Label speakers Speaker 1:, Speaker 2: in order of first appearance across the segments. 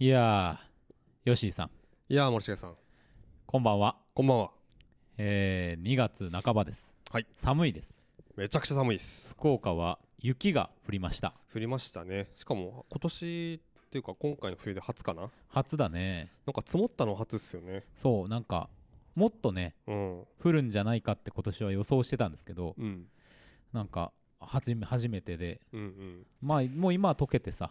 Speaker 1: いやー、ヨシーさん、
Speaker 2: いやー森重さん
Speaker 1: こんばんは。
Speaker 2: こんばんは
Speaker 1: えー、2月半ばです。
Speaker 2: はい
Speaker 1: 寒いです。
Speaker 2: めちゃくちゃ寒いです
Speaker 1: 福岡は雪が降りました。
Speaker 2: 降りましたねしかも今年っていうか今回の冬で初かななん
Speaker 1: 初だね。
Speaker 2: か積もったの初っすよね
Speaker 1: そう、なんか、もっとね、
Speaker 2: うん
Speaker 1: 降るんじゃないかって今年は予想してたんですけど、
Speaker 2: うん
Speaker 1: なんか、はじめ初めてで、
Speaker 2: うんうん
Speaker 1: まあ、もう今は溶けてさ、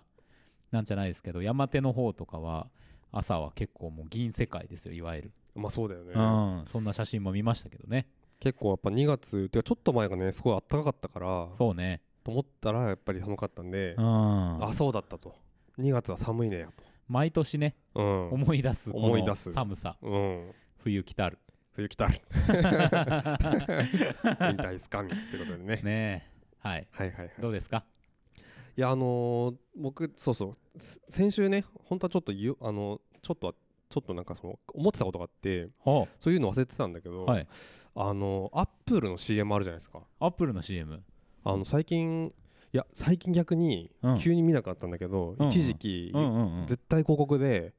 Speaker 1: なんじゃないですけど、山手の方とかは、朝は結構もう銀世界ですよ、いわゆる。
Speaker 2: まあそうだよね、
Speaker 1: うん、そんな写真も見ましたけどね。
Speaker 2: 結構やっぱ2月っていうかちょっと前がねすごい暖かかったから
Speaker 1: そうね。
Speaker 2: と思ったらやっぱり寒かったんで
Speaker 1: う、ん。
Speaker 2: あそうだったと2月は寒いねや
Speaker 1: 毎年ね、
Speaker 2: とうん
Speaker 1: 思い出す、この
Speaker 2: 思い出す
Speaker 1: 寒さ。
Speaker 2: うん
Speaker 1: 冬来たる
Speaker 2: 冬来 たる引退すかんってことでね
Speaker 1: ねえはい
Speaker 2: はいはいはい
Speaker 1: どうですか
Speaker 2: いやあのー僕そうそうす先週ね本当はちょっと言うあのちょっとはちょっとなんかその思ってたことがあって
Speaker 1: ほ
Speaker 2: そういうの忘れてたんだけど、
Speaker 1: はい
Speaker 2: あのアップルの CM あるじゃないですか
Speaker 1: アップルの CM
Speaker 2: あの最近いや最近逆に
Speaker 1: うん
Speaker 2: 急に見なかったんだけど、
Speaker 1: うん
Speaker 2: 一時期、
Speaker 1: うんうんうん
Speaker 2: 絶対広告で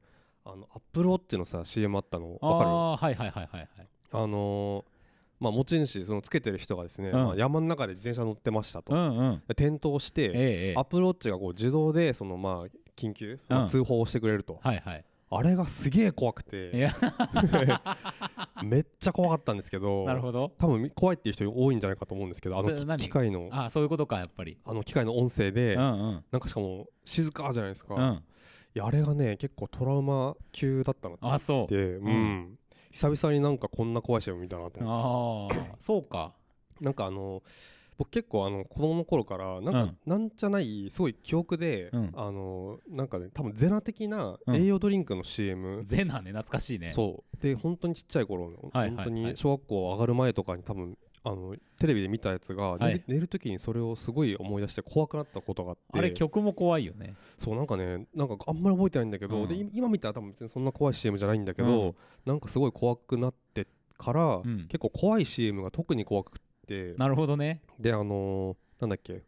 Speaker 2: あのアップルウォッチのさ CM あったの
Speaker 1: あ
Speaker 2: わかるあ
Speaker 1: あーはいはいはいはいはい
Speaker 2: のーまあ持ち主そのつけてる人がですね、
Speaker 1: うん
Speaker 2: まあ山の中で自転車乗ってましたと、
Speaker 1: うんうん
Speaker 2: で転倒して、
Speaker 1: ええええ
Speaker 2: アップローチがこう自動でそのまあ緊急、ま
Speaker 1: うん
Speaker 2: あ、通報をしてくれると、
Speaker 1: はいはい
Speaker 2: あれがすげえ怖く
Speaker 1: い
Speaker 2: て
Speaker 1: や
Speaker 2: めっちゃ怖かったんですけど
Speaker 1: なるほど
Speaker 2: 多分み怖いっていう人多いんじゃないかと思うんですけどあ
Speaker 1: そ
Speaker 2: の
Speaker 1: れ何
Speaker 2: き機械の
Speaker 1: あーそういうことかやっぱり
Speaker 2: あの機械の音声で、
Speaker 1: うんうん
Speaker 2: なんかしかも静かじゃないですか、
Speaker 1: う
Speaker 2: い
Speaker 1: ん
Speaker 2: やあれがね結構トラウマ級だったなって
Speaker 1: あそ
Speaker 2: で
Speaker 1: う
Speaker 2: うん、
Speaker 1: ん
Speaker 2: 久々になんかこんな怖い CM 見たなと思っ
Speaker 1: ああそうか
Speaker 2: てなんかあの僕結構あの子供の頃からなんか、
Speaker 1: うん
Speaker 2: なんじゃないすごい記憶で、
Speaker 1: うん
Speaker 2: あのなんかね多分ゼナ的な
Speaker 1: うん
Speaker 2: 栄養ドリンクの CM、
Speaker 1: ゼナね懐かしいね
Speaker 2: そうで本当にちっちゃい頃の、
Speaker 1: はいはいはい
Speaker 2: 本当に小学校上がる前とかに多分あのテレビで見たやつが、
Speaker 1: はい
Speaker 2: 寝る寝る時にそれをすごい思い出して怖くなったことがあって
Speaker 1: あれ曲も怖いよね
Speaker 2: そうなんかねなんかあんまり覚えてないんだけど、
Speaker 1: うん
Speaker 2: で今今見たら多分別にそんな怖い CM じゃないんだけど、
Speaker 1: うん
Speaker 2: なんかすごい怖くなってから、
Speaker 1: ん
Speaker 2: 結構怖い CM が特に怖くって
Speaker 1: なるほどね
Speaker 2: であのーなんだっけ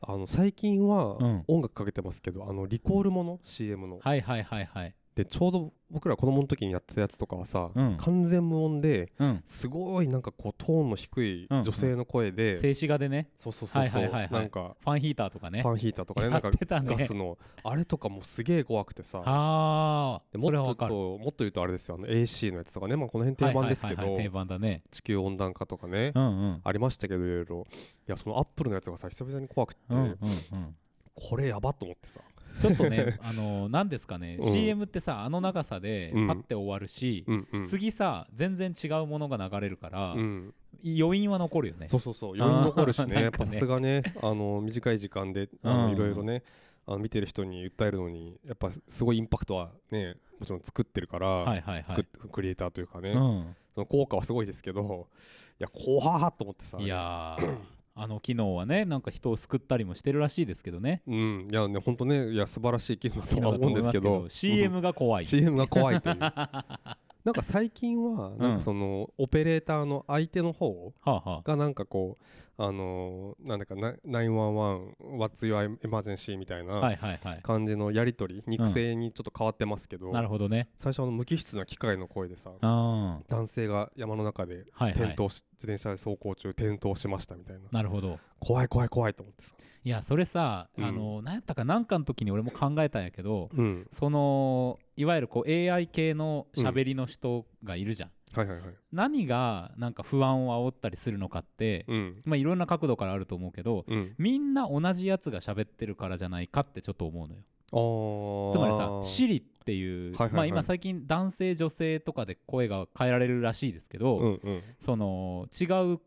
Speaker 2: あの最近は
Speaker 1: うん
Speaker 2: 音楽かけてますけど、あのリコールもの CM の
Speaker 1: はいはいはいはい
Speaker 2: でちょうど僕ら子供の時にやってたやつとかはさ、
Speaker 1: うん
Speaker 2: 完全無音で
Speaker 1: うん
Speaker 2: すごいなんかこうトーンの低い
Speaker 1: うん
Speaker 2: 女性の声で、
Speaker 1: 静止画でね
Speaker 2: そうそうそうそう、
Speaker 1: はいはいはいはい
Speaker 2: なんか
Speaker 1: ファンヒーターとかね
Speaker 2: ファンヒーターとかね
Speaker 1: や
Speaker 2: な
Speaker 1: っ
Speaker 2: んか
Speaker 1: てたね
Speaker 2: ガスのあれとかもすげえ怖くてさ
Speaker 1: あ
Speaker 2: で
Speaker 1: あ
Speaker 2: も
Speaker 1: そ
Speaker 2: っ
Speaker 1: れはわ
Speaker 2: と
Speaker 1: か
Speaker 2: 言う
Speaker 1: る
Speaker 2: ともっと言うとあれですよあの AC のやつとかね、まあ、この辺定番ですけ
Speaker 1: はいはいは
Speaker 2: ど
Speaker 1: いはい定番だね
Speaker 2: 地球温暖化とかね、
Speaker 1: うんうん
Speaker 2: ありましたけどいろいろいやそのアップルのやつがさ久々に怖くて、
Speaker 1: うんうんうん
Speaker 2: これやばと思ってさ、
Speaker 1: ちょっとね、 あのなんですかね、
Speaker 2: うん
Speaker 1: CM ってさ、あの長さで
Speaker 2: うん
Speaker 1: パッて終わるし、
Speaker 2: うんうん
Speaker 1: 次さ、全然違うものが流れるから、
Speaker 2: うん、
Speaker 1: 余韻は残るよね。
Speaker 2: そうそうそう余韻残るしね
Speaker 1: あー
Speaker 2: やっ
Speaker 1: な
Speaker 2: ぱ
Speaker 1: んかね
Speaker 2: さすがねあの短い時間であ
Speaker 1: うん
Speaker 2: のいろいろねあの見てる人に訴えるのにやっぱすごいインパクトはねもちろん作ってるから、
Speaker 1: はいはいは
Speaker 2: 作っ
Speaker 1: い。
Speaker 2: てクリエイターというかね、
Speaker 1: うん、
Speaker 2: その効果はすごいですけどいや怖ーっと思ってさ
Speaker 1: いやー、あの機能はね、なんか人を救ったりもしてるらしいですけどね。
Speaker 2: うんいやね本当ねいや素晴らしい機能だと
Speaker 1: 機
Speaker 2: は
Speaker 1: 能だと
Speaker 2: 思う
Speaker 1: 思
Speaker 2: ん
Speaker 1: い
Speaker 2: です
Speaker 1: ま
Speaker 2: けど
Speaker 1: す CM が怖
Speaker 2: うん
Speaker 1: い。
Speaker 2: CM が怖いという なんか最近はなんかその、オペレーターの相手の方
Speaker 1: はあはあ、
Speaker 2: がなんかこうあのーなんだかな911 What's your emergency みたい
Speaker 1: は
Speaker 2: ない
Speaker 1: はいはい。
Speaker 2: 感じのやり取り肉声にちょっと変わってますけど、
Speaker 1: なるほどね。
Speaker 2: 最初あの無機質な機械の声でさ
Speaker 1: うん、は
Speaker 2: 男性が山の中で
Speaker 1: いはい。
Speaker 2: 転倒し、自転車で走行中転倒しましたみたいな
Speaker 1: なるほど。
Speaker 2: 怖い怖い怖いと思ってさ、
Speaker 1: いや、それさ、
Speaker 2: うん
Speaker 1: あのなんやったかなんかの時に俺も考えたんやけど、
Speaker 2: うん、
Speaker 1: そのいわゆるこう AI 系の喋りの人がいるじゃん、
Speaker 2: はいはいはい
Speaker 1: 何がなんか不安を煽ったりするのかって、
Speaker 2: うん
Speaker 1: まあ、いろんな角度からあると思うけど
Speaker 2: うん
Speaker 1: みんな同じやつが喋ってるからじゃないかってちょっと思うのよ
Speaker 2: あー
Speaker 1: つまりさ「シリ」っていう、
Speaker 2: はいはいはい
Speaker 1: まあ、今最近男性女性とかで声が変えられるらしいですけど、
Speaker 2: うんうん
Speaker 1: その違う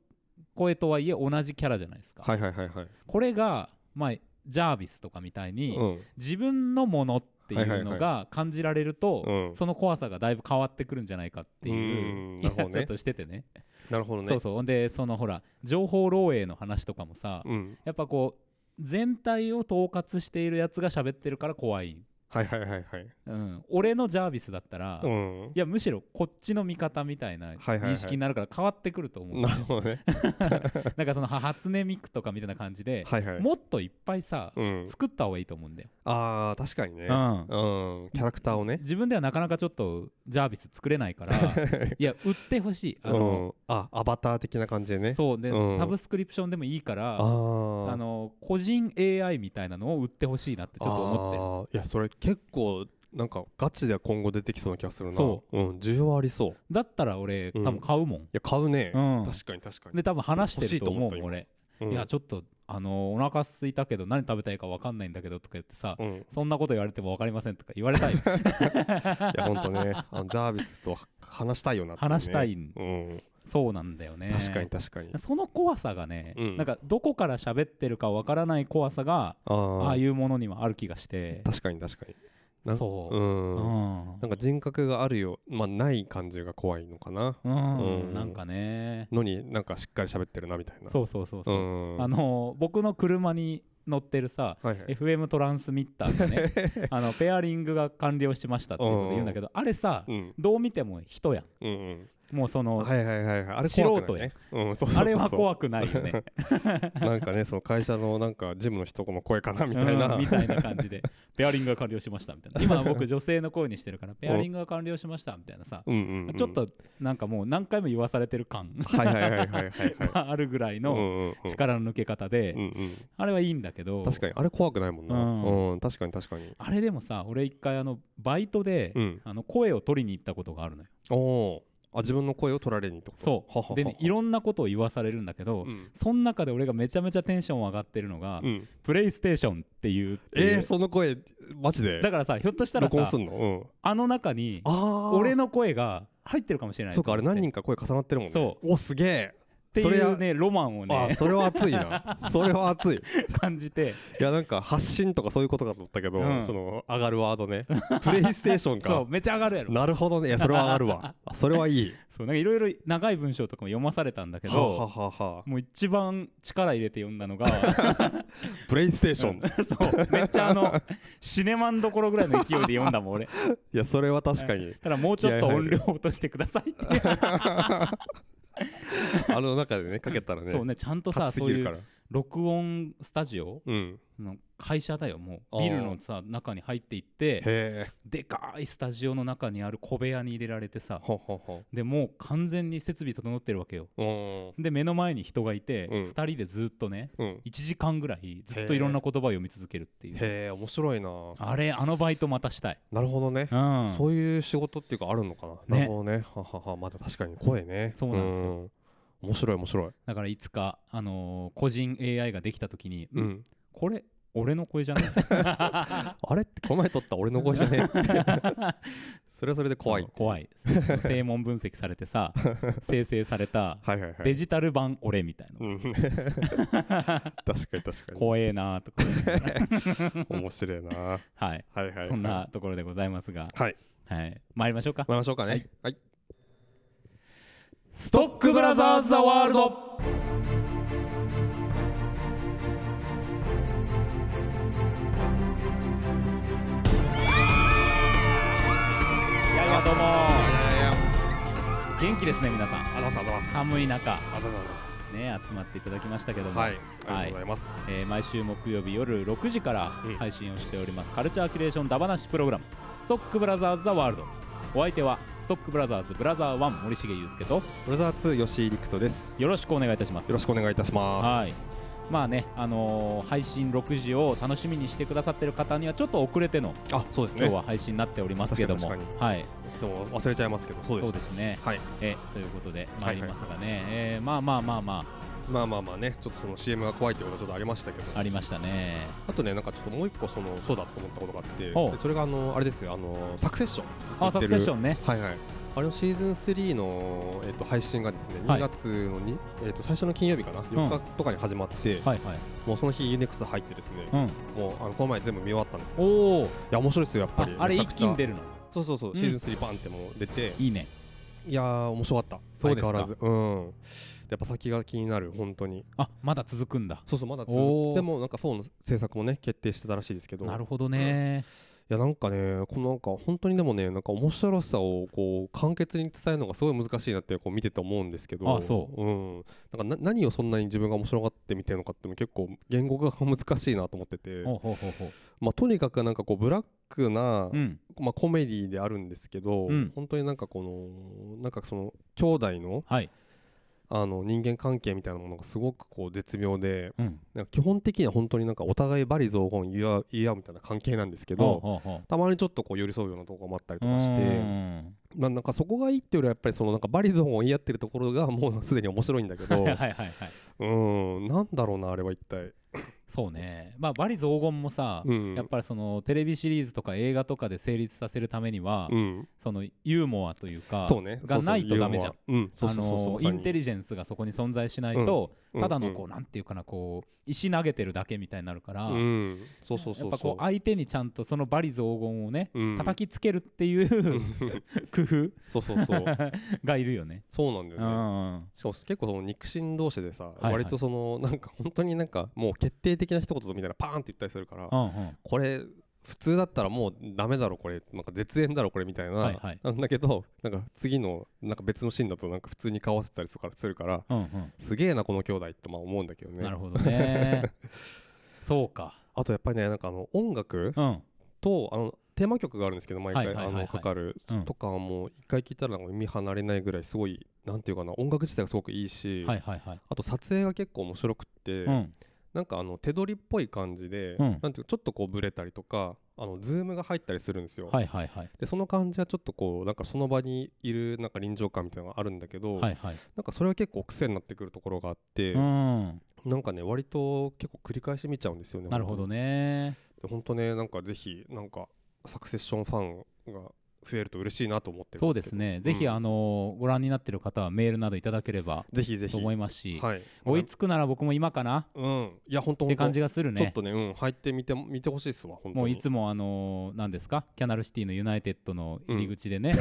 Speaker 1: 声とはいえ同じキャラじゃないですか、
Speaker 2: はいはいはいはい
Speaker 1: これが、まあ、ジャービスとかみたいに、
Speaker 2: うん
Speaker 1: 自分のものってい
Speaker 2: は
Speaker 1: う
Speaker 2: いは
Speaker 1: の
Speaker 2: い
Speaker 1: が感じられると、
Speaker 2: うん
Speaker 1: その怖さがだいぶ変わってくるんじゃないかっていう
Speaker 2: うん
Speaker 1: 気が
Speaker 2: なるほどね
Speaker 1: ちょっとしててね
Speaker 2: なるほどね
Speaker 1: そうそうほんでそのほら情報漏洩の話とかもさ、
Speaker 2: うん
Speaker 1: やっぱこう全体を統括しているやつが喋ってるから怖い
Speaker 2: はいはいはいはい
Speaker 1: うん、俺のジャービスだったら、
Speaker 2: う
Speaker 1: い
Speaker 2: ん
Speaker 1: やむしろこっちの味方みたいな
Speaker 2: はいはいはい
Speaker 1: 認識になるから変わってくると思う、
Speaker 2: なるほどね
Speaker 1: なんかそのは初音ミクとかみたいな感じで、
Speaker 2: はいはい
Speaker 1: もっといっぱいさ、
Speaker 2: うん
Speaker 1: 作った方がいいと思うんだよ、
Speaker 2: あー確かにね
Speaker 1: うん
Speaker 2: うんキャラクターをね
Speaker 1: 自分ではなかなかちょっとジャービス作れない からいや売ってほしいあ
Speaker 2: う
Speaker 1: の、
Speaker 2: んあアバター的な感じでね
Speaker 1: そうね、
Speaker 2: うん
Speaker 1: サブスクリプションでもいいから
Speaker 2: あー
Speaker 1: あの個人 AI みたいなのを売ってほしいなってちょっと思ってる
Speaker 2: っていやそれ結構なんかガチでは今後出てきそうな気がするな、
Speaker 1: そう
Speaker 2: ん、需要ありそうい
Speaker 1: だったら俺
Speaker 2: うん
Speaker 1: 多分買うもん、
Speaker 2: や買うね、
Speaker 1: うん
Speaker 2: 確かに確かに
Speaker 1: で多分話してると思う
Speaker 2: 欲しいと思
Speaker 1: 俺、
Speaker 2: うん
Speaker 1: いやちょっとあのお腹空いたけど何食べたいか分かんないんだけどとか言ってさ、
Speaker 2: うん、い
Speaker 1: そんなこと言われても分かりませんとか言われたい
Speaker 2: や本当ねあのジャービスとは話したいよなっていうね、
Speaker 1: 話したいん
Speaker 2: うん、
Speaker 1: そうなんだよね
Speaker 2: 確かに確かに
Speaker 1: その怖さがね、
Speaker 2: うん
Speaker 1: なんかどこから喋ってるか分からない怖さが
Speaker 2: あ
Speaker 1: あ
Speaker 2: あ
Speaker 1: あいうものにはある気がして
Speaker 2: 確かに確かになん
Speaker 1: そう、
Speaker 2: うん、
Speaker 1: うん
Speaker 2: なんか人格があるよまあない感じが怖いのかな
Speaker 1: うん
Speaker 2: うん
Speaker 1: なんかね
Speaker 2: のになんかしっかり喋ってるなみたいな
Speaker 1: そうそうそうそう、
Speaker 2: ん
Speaker 1: あの僕の車に乗ってるさ、
Speaker 2: はいはい
Speaker 1: FM トランスミッターが ねあのペアリングが完了しましたっていうこと言うんだけどあれさ、
Speaker 2: うん
Speaker 1: どう見ても人や
Speaker 2: うんうん
Speaker 1: んもうその、
Speaker 2: はいはいはいはいあれ怖
Speaker 1: 素
Speaker 2: く
Speaker 1: 人
Speaker 2: ない
Speaker 1: や
Speaker 2: ねうんそうそうそうそう
Speaker 1: あれは怖くないよね
Speaker 2: なんかね、その会社のなんかジムの人の声か なみたい
Speaker 1: うん
Speaker 2: な。
Speaker 1: みたいな感じでペアリングが完了しましたみたいな今僕女性の声にしてるからペアリングが完了しましたみたいなさ
Speaker 2: うんうんうん
Speaker 1: ちょっ。となんかもう何回も言わされてる感
Speaker 2: はいはいはいはいはいはい。
Speaker 1: が あるぐらい
Speaker 2: うんう
Speaker 1: の
Speaker 2: んうん
Speaker 1: 力の抜け方
Speaker 2: う
Speaker 1: で
Speaker 2: んうん
Speaker 1: あれはいいんだけど
Speaker 2: 確かにあれ怖くないもんな。
Speaker 1: うん
Speaker 2: うん確かに確かに。
Speaker 1: あれでもさ俺一回あのバイトで
Speaker 2: うん。
Speaker 1: あの声を取りに行ったことがあるのよ
Speaker 2: おおー。あ自分の声を取られにってこと。
Speaker 1: そ
Speaker 2: ははは
Speaker 1: うでねいろんなことを言わされるんだけど
Speaker 2: うん。
Speaker 1: その中で俺がめちゃめちゃテンション上がってるのが
Speaker 2: うん
Speaker 1: プレイステーションっていう
Speaker 2: えーその声マジで。
Speaker 1: だからさひょっとしたら
Speaker 2: 録音
Speaker 1: さ
Speaker 2: すんの。うん。
Speaker 1: あの中に
Speaker 2: ああ。
Speaker 1: 俺
Speaker 2: の。
Speaker 1: の声が入ってるかもしれない
Speaker 2: そうかあれ何人
Speaker 1: っ
Speaker 2: か声重なってるもんね。。
Speaker 1: そう
Speaker 2: おすげえ。
Speaker 1: て
Speaker 2: それ
Speaker 1: いう
Speaker 2: は。
Speaker 1: ねロマンを
Speaker 2: あー
Speaker 1: ね
Speaker 2: それは熱いなそれは熱い
Speaker 1: 感じて
Speaker 2: いやなんか発信とかそういうことかと思ったけど、
Speaker 1: うん
Speaker 2: その上がるワードねプレイステーションか
Speaker 1: そうめちゃ上がるやろ
Speaker 2: なるほどねいやそれは上が るわあそれはいい
Speaker 1: そうなんかいろいろ長い文章とかも読まされたんだけ
Speaker 2: はあは
Speaker 1: ど
Speaker 2: あはあはあ
Speaker 1: もう一番力入れて読んだのが
Speaker 2: プレイステーション、い
Speaker 1: うん そうめっちゃあのシネマンどころぐらいの勢いで読んだもん俺
Speaker 2: やそれは確かに
Speaker 1: ただもうちょっと音量落としてくださいって
Speaker 2: あの中でねかけたらね
Speaker 1: そうねちゃんとさ
Speaker 2: 熱す
Speaker 1: そう
Speaker 2: ぎ
Speaker 1: い
Speaker 2: るか
Speaker 1: う
Speaker 2: ら
Speaker 1: 録音スタジオ
Speaker 2: うん
Speaker 1: の会社だよも
Speaker 2: あ
Speaker 1: う
Speaker 2: ー
Speaker 1: ビルのさ中に入っていって
Speaker 2: へえ
Speaker 1: でかいスタジオの中にある小部屋に入れられてさ
Speaker 2: ほんほんほん
Speaker 1: でもう完全に設備整ってるわけよ
Speaker 2: うん
Speaker 1: で目の前に人がいて、
Speaker 2: うん
Speaker 1: 2人でずっとね
Speaker 2: うん
Speaker 1: 1時間ぐらいずっといろんな言葉を読み続けるっていう
Speaker 2: へえ面白いな
Speaker 1: あれあのバイトまたしたい、
Speaker 2: なるほどね
Speaker 1: うん、そ
Speaker 2: そうういう仕事っていうかあるのかな、なるほどねはははまだ確かに声ね
Speaker 1: そうなんですよ
Speaker 2: よ面白い面白い
Speaker 1: だからいつか、あのー個人 AI ができた時に、
Speaker 2: うん、
Speaker 1: これ俺の声じゃない
Speaker 2: あれってこの前撮った俺の声じゃねえそれはそれで怖い
Speaker 1: 怖い正門分析されて さ生成された
Speaker 2: はいはいはい
Speaker 1: デジタル版俺みたいな、
Speaker 2: うん 確かに確かに
Speaker 1: 怖えなーと か、
Speaker 2: 面白いなはい
Speaker 1: はい、
Speaker 2: はいはい
Speaker 1: そんなところでございますが、
Speaker 2: はい
Speaker 1: はい、参りましょうか
Speaker 2: 参りましょうかね。はい。
Speaker 1: ストックブラザーズ・ザ・ワールドいやいやどうも
Speaker 2: いやいや、
Speaker 1: 元気ですね皆さん
Speaker 2: あざます、あざます。あ
Speaker 1: 寒い中
Speaker 2: ざます。
Speaker 1: ね集まっていただきましたけども、
Speaker 2: はい、ありがとうございます。
Speaker 1: えー毎週木曜日夜6時から
Speaker 2: うん
Speaker 1: 配信をしております、カルチャーキュレーションダバナシプログラムストックブラザーズ・ザ・ワールドお相手はストックブラザーズブラザー1森重裕介と
Speaker 2: ブラザー2吉井陸斗です。
Speaker 1: よろしくお願いいたします
Speaker 2: よろしくお願いいたします。
Speaker 1: はい。まあね、あのー配信6時を楽しみにしてくださってる方にはちょっと遅れての
Speaker 2: あ、そうです
Speaker 1: 今日
Speaker 2: ね。
Speaker 1: は配信になっておりますけども、
Speaker 2: 確かに確
Speaker 1: はい、
Speaker 2: いつも忘れちゃいますけど、そうで
Speaker 1: そう
Speaker 2: す。
Speaker 1: ですね。
Speaker 2: はい。
Speaker 1: えということで参りますがね、えーまあまあまあま
Speaker 2: まあまあまあね、ちょっとその CM が怖いということはちょっとありましたけど、
Speaker 1: あありましたね。
Speaker 2: あとね、なんかちょっともう一個そのそうだと思ったことがあって、
Speaker 1: おう
Speaker 2: でそれがあのあれですよ、あのサクセッション。
Speaker 1: あ、サクセッショ
Speaker 2: ン。
Speaker 1: ンね。
Speaker 2: はいはい。あれのシーズン3の、えっと配信がですね、
Speaker 1: は
Speaker 2: 2
Speaker 1: い
Speaker 2: 月のに、えっと最初の金曜日かな、4日とかに始まって、
Speaker 1: はいはい。
Speaker 2: もうその日 UNEXT 入ってですね、
Speaker 1: うん。
Speaker 2: もうあのこの前全部見終わったんですけど
Speaker 1: おお。
Speaker 2: いや面白いですよやっぱ
Speaker 1: あ
Speaker 2: り、
Speaker 1: あれ
Speaker 2: めちゃ
Speaker 1: 一
Speaker 2: くち
Speaker 1: 気
Speaker 2: ゃ
Speaker 1: に出るの。
Speaker 2: そうそうそう、
Speaker 1: うん
Speaker 2: シーズン3バンってもう出て
Speaker 1: いいね。
Speaker 2: いやー面白かった
Speaker 1: そうですか
Speaker 2: 相変わらずうんでやっぱ先が気になる本当に
Speaker 1: あ、まだ続くんだ。
Speaker 2: そうそうまだ
Speaker 1: お
Speaker 2: 続
Speaker 1: ー
Speaker 2: でもなんか4の制作もね決定してたらしいですけど
Speaker 1: なるほどね。
Speaker 2: いやなんかねこのなんか本当にでもねなんか面白さをこう簡潔に伝えるのがすごい難しいなってこう見てて思うんですけど、
Speaker 1: あそう
Speaker 2: ん、なんかな何をそんなに自分が面白がって見てるのかっていうの結構言語化が難しいなと思ってて、
Speaker 1: ほうほうほうほう
Speaker 2: まあ、とにかくなんかこうブラックな、
Speaker 1: うん
Speaker 2: まあ、コメディであるんですけど、
Speaker 1: うん
Speaker 2: 本当になんかこのなんかその兄弟の
Speaker 1: はい、
Speaker 2: あの人間関係みたいなものがすごくこう絶妙で
Speaker 1: うん、
Speaker 2: なんか基本的には本当になんかお互い罵詈雑言言い合う言い合うみたいな関係なんですけど、
Speaker 1: ほうほうほ
Speaker 2: たまにちょっとこう寄り添うようなとこもあった
Speaker 1: う
Speaker 2: りとかし
Speaker 1: う
Speaker 2: て、
Speaker 1: ーん
Speaker 2: まあ、なんかそこがいいっていうよりはやっぱりそのなんか罵詈雑言を言い合ってるところがもうすでに面白いんだ けど
Speaker 1: はいはいはいはい
Speaker 2: うんなんだろうなあれは一体、
Speaker 1: そうねまあ罵詈雑言もさ、
Speaker 2: うん、
Speaker 1: やっぱりそのテレビシリーズとか映画とかで成立させるためには、
Speaker 2: うん、
Speaker 1: そのユーモアというか
Speaker 2: そうね
Speaker 1: がないとダメじゃん、
Speaker 2: うん、そう
Speaker 1: あ
Speaker 2: そうそうそう
Speaker 1: の
Speaker 2: まさ
Speaker 1: イ
Speaker 2: に
Speaker 1: ンテリジェンスがそこに存在しないと、
Speaker 2: うん
Speaker 1: ただのこう、
Speaker 2: うん
Speaker 1: なんていうかなこう石投げてるだけみたいになるから、
Speaker 2: うん、そうそう
Speaker 1: や
Speaker 2: そ
Speaker 1: っ
Speaker 2: う
Speaker 1: ぱ
Speaker 2: そ
Speaker 1: こ
Speaker 2: う
Speaker 1: う相手にちゃんとその罵詈雑言をね、
Speaker 2: うん
Speaker 1: 叩きつけるっていう 工夫
Speaker 2: そうそうそう
Speaker 1: がいるよね。
Speaker 2: そうなんだ
Speaker 1: う
Speaker 2: よね
Speaker 1: ん
Speaker 2: しかも結構その肉親同士でさ、
Speaker 1: いはい
Speaker 2: 割とそのなんか本当になんかもう決定的な一言みたいなパーンって言ったりするから、
Speaker 1: うんうん
Speaker 2: これ普通だったらもうダメだろこれなんか絶縁だろこれみたいな、
Speaker 1: はいはい
Speaker 2: なんだけどなんか次のなんか別のシーンだとなんか普通に顔合わせたりするからするから
Speaker 1: うんうん
Speaker 2: すげえなこの兄弟ってまあ思うんだけどね
Speaker 1: なるほど ね。そうか。
Speaker 2: あとやっぱりねなんかあの音楽
Speaker 1: うん。
Speaker 2: とあのテーマ曲があるんですけど毎回、
Speaker 1: はいはいはいはい
Speaker 2: あのかかる、
Speaker 1: うん
Speaker 2: とかはもう一回聴いたらなんか耳離れないぐらいすごいなんていうかな音楽自体がすごくいいし、
Speaker 1: はいはいはい。
Speaker 2: あと撮影が結構面白くって、
Speaker 1: うん。
Speaker 2: なんかあの手取りっぽい感じで、
Speaker 1: うん
Speaker 2: なんていうかちょっとこうブレたりとかあのズームが入ったりするんですよ、
Speaker 1: はいはいはい。
Speaker 2: でその感じはちょっとこうなんかその場にいるなんか臨場感みたいなのがあるんだけど、
Speaker 1: はいはい。
Speaker 2: なんかそれは結構癖になってくるところがあって、
Speaker 1: うん。
Speaker 2: なんかね割と結構繰り返し見ちゃうんですよね
Speaker 1: なるほどね。
Speaker 2: 本当ねなんかぜひなんかサクセッションファンが増えると嬉しいなと思ってる
Speaker 1: そ
Speaker 2: ん
Speaker 1: う
Speaker 2: で
Speaker 1: です
Speaker 2: け
Speaker 1: す
Speaker 2: ど
Speaker 1: ね。ぜひ、
Speaker 2: うん
Speaker 1: あのーご覧になってる方はメールなどいただければ
Speaker 2: ぜひぜひ
Speaker 1: と思いますし、
Speaker 2: はい
Speaker 1: 追いつくなら僕も今かな
Speaker 2: うんいや本当
Speaker 1: って感じがする
Speaker 2: ちょっ
Speaker 1: ね。
Speaker 2: とねうん入ってみて見てほしいですわ本当に
Speaker 1: もういつもあのー何ですかキャナルシティのユナイテッドの入り口で ね、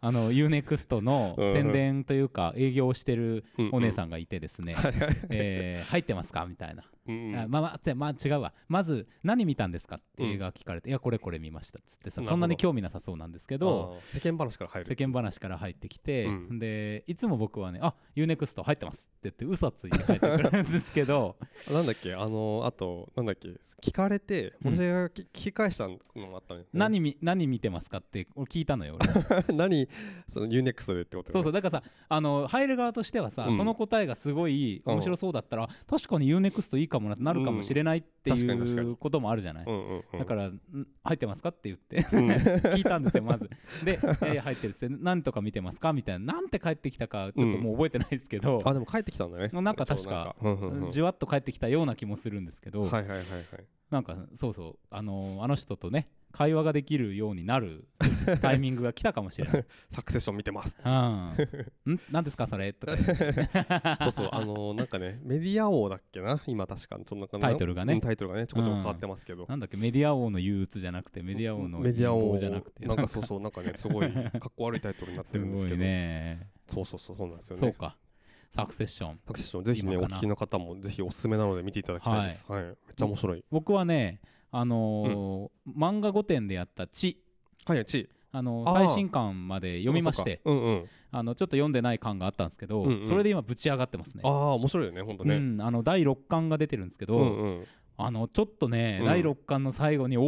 Speaker 1: あの UNEXT の
Speaker 2: うんうん
Speaker 1: 宣伝というか営業をしてるお姉さ
Speaker 2: ん
Speaker 1: んがいてですね、
Speaker 2: はいはい
Speaker 1: えー入ってますかみたいな、
Speaker 2: うんうん
Speaker 1: あまあまあ、違うまあ違うわまず何見たんですかって映画聞かれて、いやこれこれ見ましたっつってさ
Speaker 2: なるほど
Speaker 1: そんなに興味なさそうなんですけど
Speaker 2: あー世間話から入る
Speaker 1: 世間話から入ってきて、
Speaker 2: うん
Speaker 1: でいつも僕はね「あ UNEXT 入ってます」って言って嘘ついて帰ってくるんですけど
Speaker 2: なんだっけあのあとなんだっけ聞かれて
Speaker 1: うん
Speaker 2: 私がき聞き返したのもあったのよ
Speaker 1: 何み何見てますかって俺聞いたのよ俺
Speaker 2: 何その UNEXT でってこと
Speaker 1: そうそう
Speaker 2: う
Speaker 1: だからさあの入る側としてはさ、
Speaker 2: うん
Speaker 1: その答えがすごい面白そうだったら、あ確かに UNEXT いいかもなってなるかもしれないって
Speaker 2: うん確かに確か
Speaker 1: い
Speaker 2: に
Speaker 1: うこともあるじゃない、
Speaker 2: うんうんうん
Speaker 1: だからん「入ってますか?」って言って
Speaker 2: うん
Speaker 1: 聞いたんですよまずで「えー入ってるっつって何とか見てますか?」みたいななんて帰ってきたかちょっともう覚えてないですけど、
Speaker 2: あでも帰ってきたんだね
Speaker 1: なんか確か
Speaker 2: そうなんかうんうんうん
Speaker 1: じわっと帰ってきたような気もするんですけど、
Speaker 2: はいはいはいはい
Speaker 1: なんかそうそうあのーあの人とね会話ができるようになる タイミングが来たかもしれ ない。
Speaker 2: サクセッション見てます
Speaker 1: うん、ん何ですかそれと か言 って
Speaker 2: そうそう、あのーなんかね、メディア王だっけな、今確か、そんな感じ
Speaker 1: タイトルがね
Speaker 2: うんタイトルがね、ちょこちょこ変わってますけど。
Speaker 1: なんだっけメディア王の憂鬱じゃなくてメディア王の
Speaker 2: メディア
Speaker 1: 陰
Speaker 2: 王
Speaker 1: 謀じゃなくて
Speaker 2: なんかそうそう、なんかね、すごい、かっこ悪いタイトルになっ て
Speaker 1: す
Speaker 2: るんです
Speaker 1: ご
Speaker 2: け
Speaker 1: い
Speaker 2: ど。
Speaker 1: ね
Speaker 2: そうそうそう、そうなんですよ
Speaker 1: そう
Speaker 2: ね。
Speaker 1: かサクセッション
Speaker 2: サクセッション、ぜひね、
Speaker 1: 今
Speaker 2: お
Speaker 1: かな
Speaker 2: 聞きの方も、ぜひおすすめなので、見ていただきたいです。はい、めっちゃ面白い。
Speaker 1: 僕はねあのー漫画御殿でやった「地」
Speaker 2: はい、ちい。
Speaker 1: あの
Speaker 2: あー
Speaker 1: 最新刊まで読みまして
Speaker 2: そうか。うんうん。
Speaker 1: あのちょっと読んでない感があったんですけど、
Speaker 2: うんうん
Speaker 1: それで今ぶち上がってますね。
Speaker 2: ああ、面白いよね、本当
Speaker 1: う
Speaker 2: ね。
Speaker 1: ん、あの第6巻が出てるんですけど、
Speaker 2: うんうん。
Speaker 1: あのちょっとね、
Speaker 2: うん
Speaker 1: 第6巻の最後に「お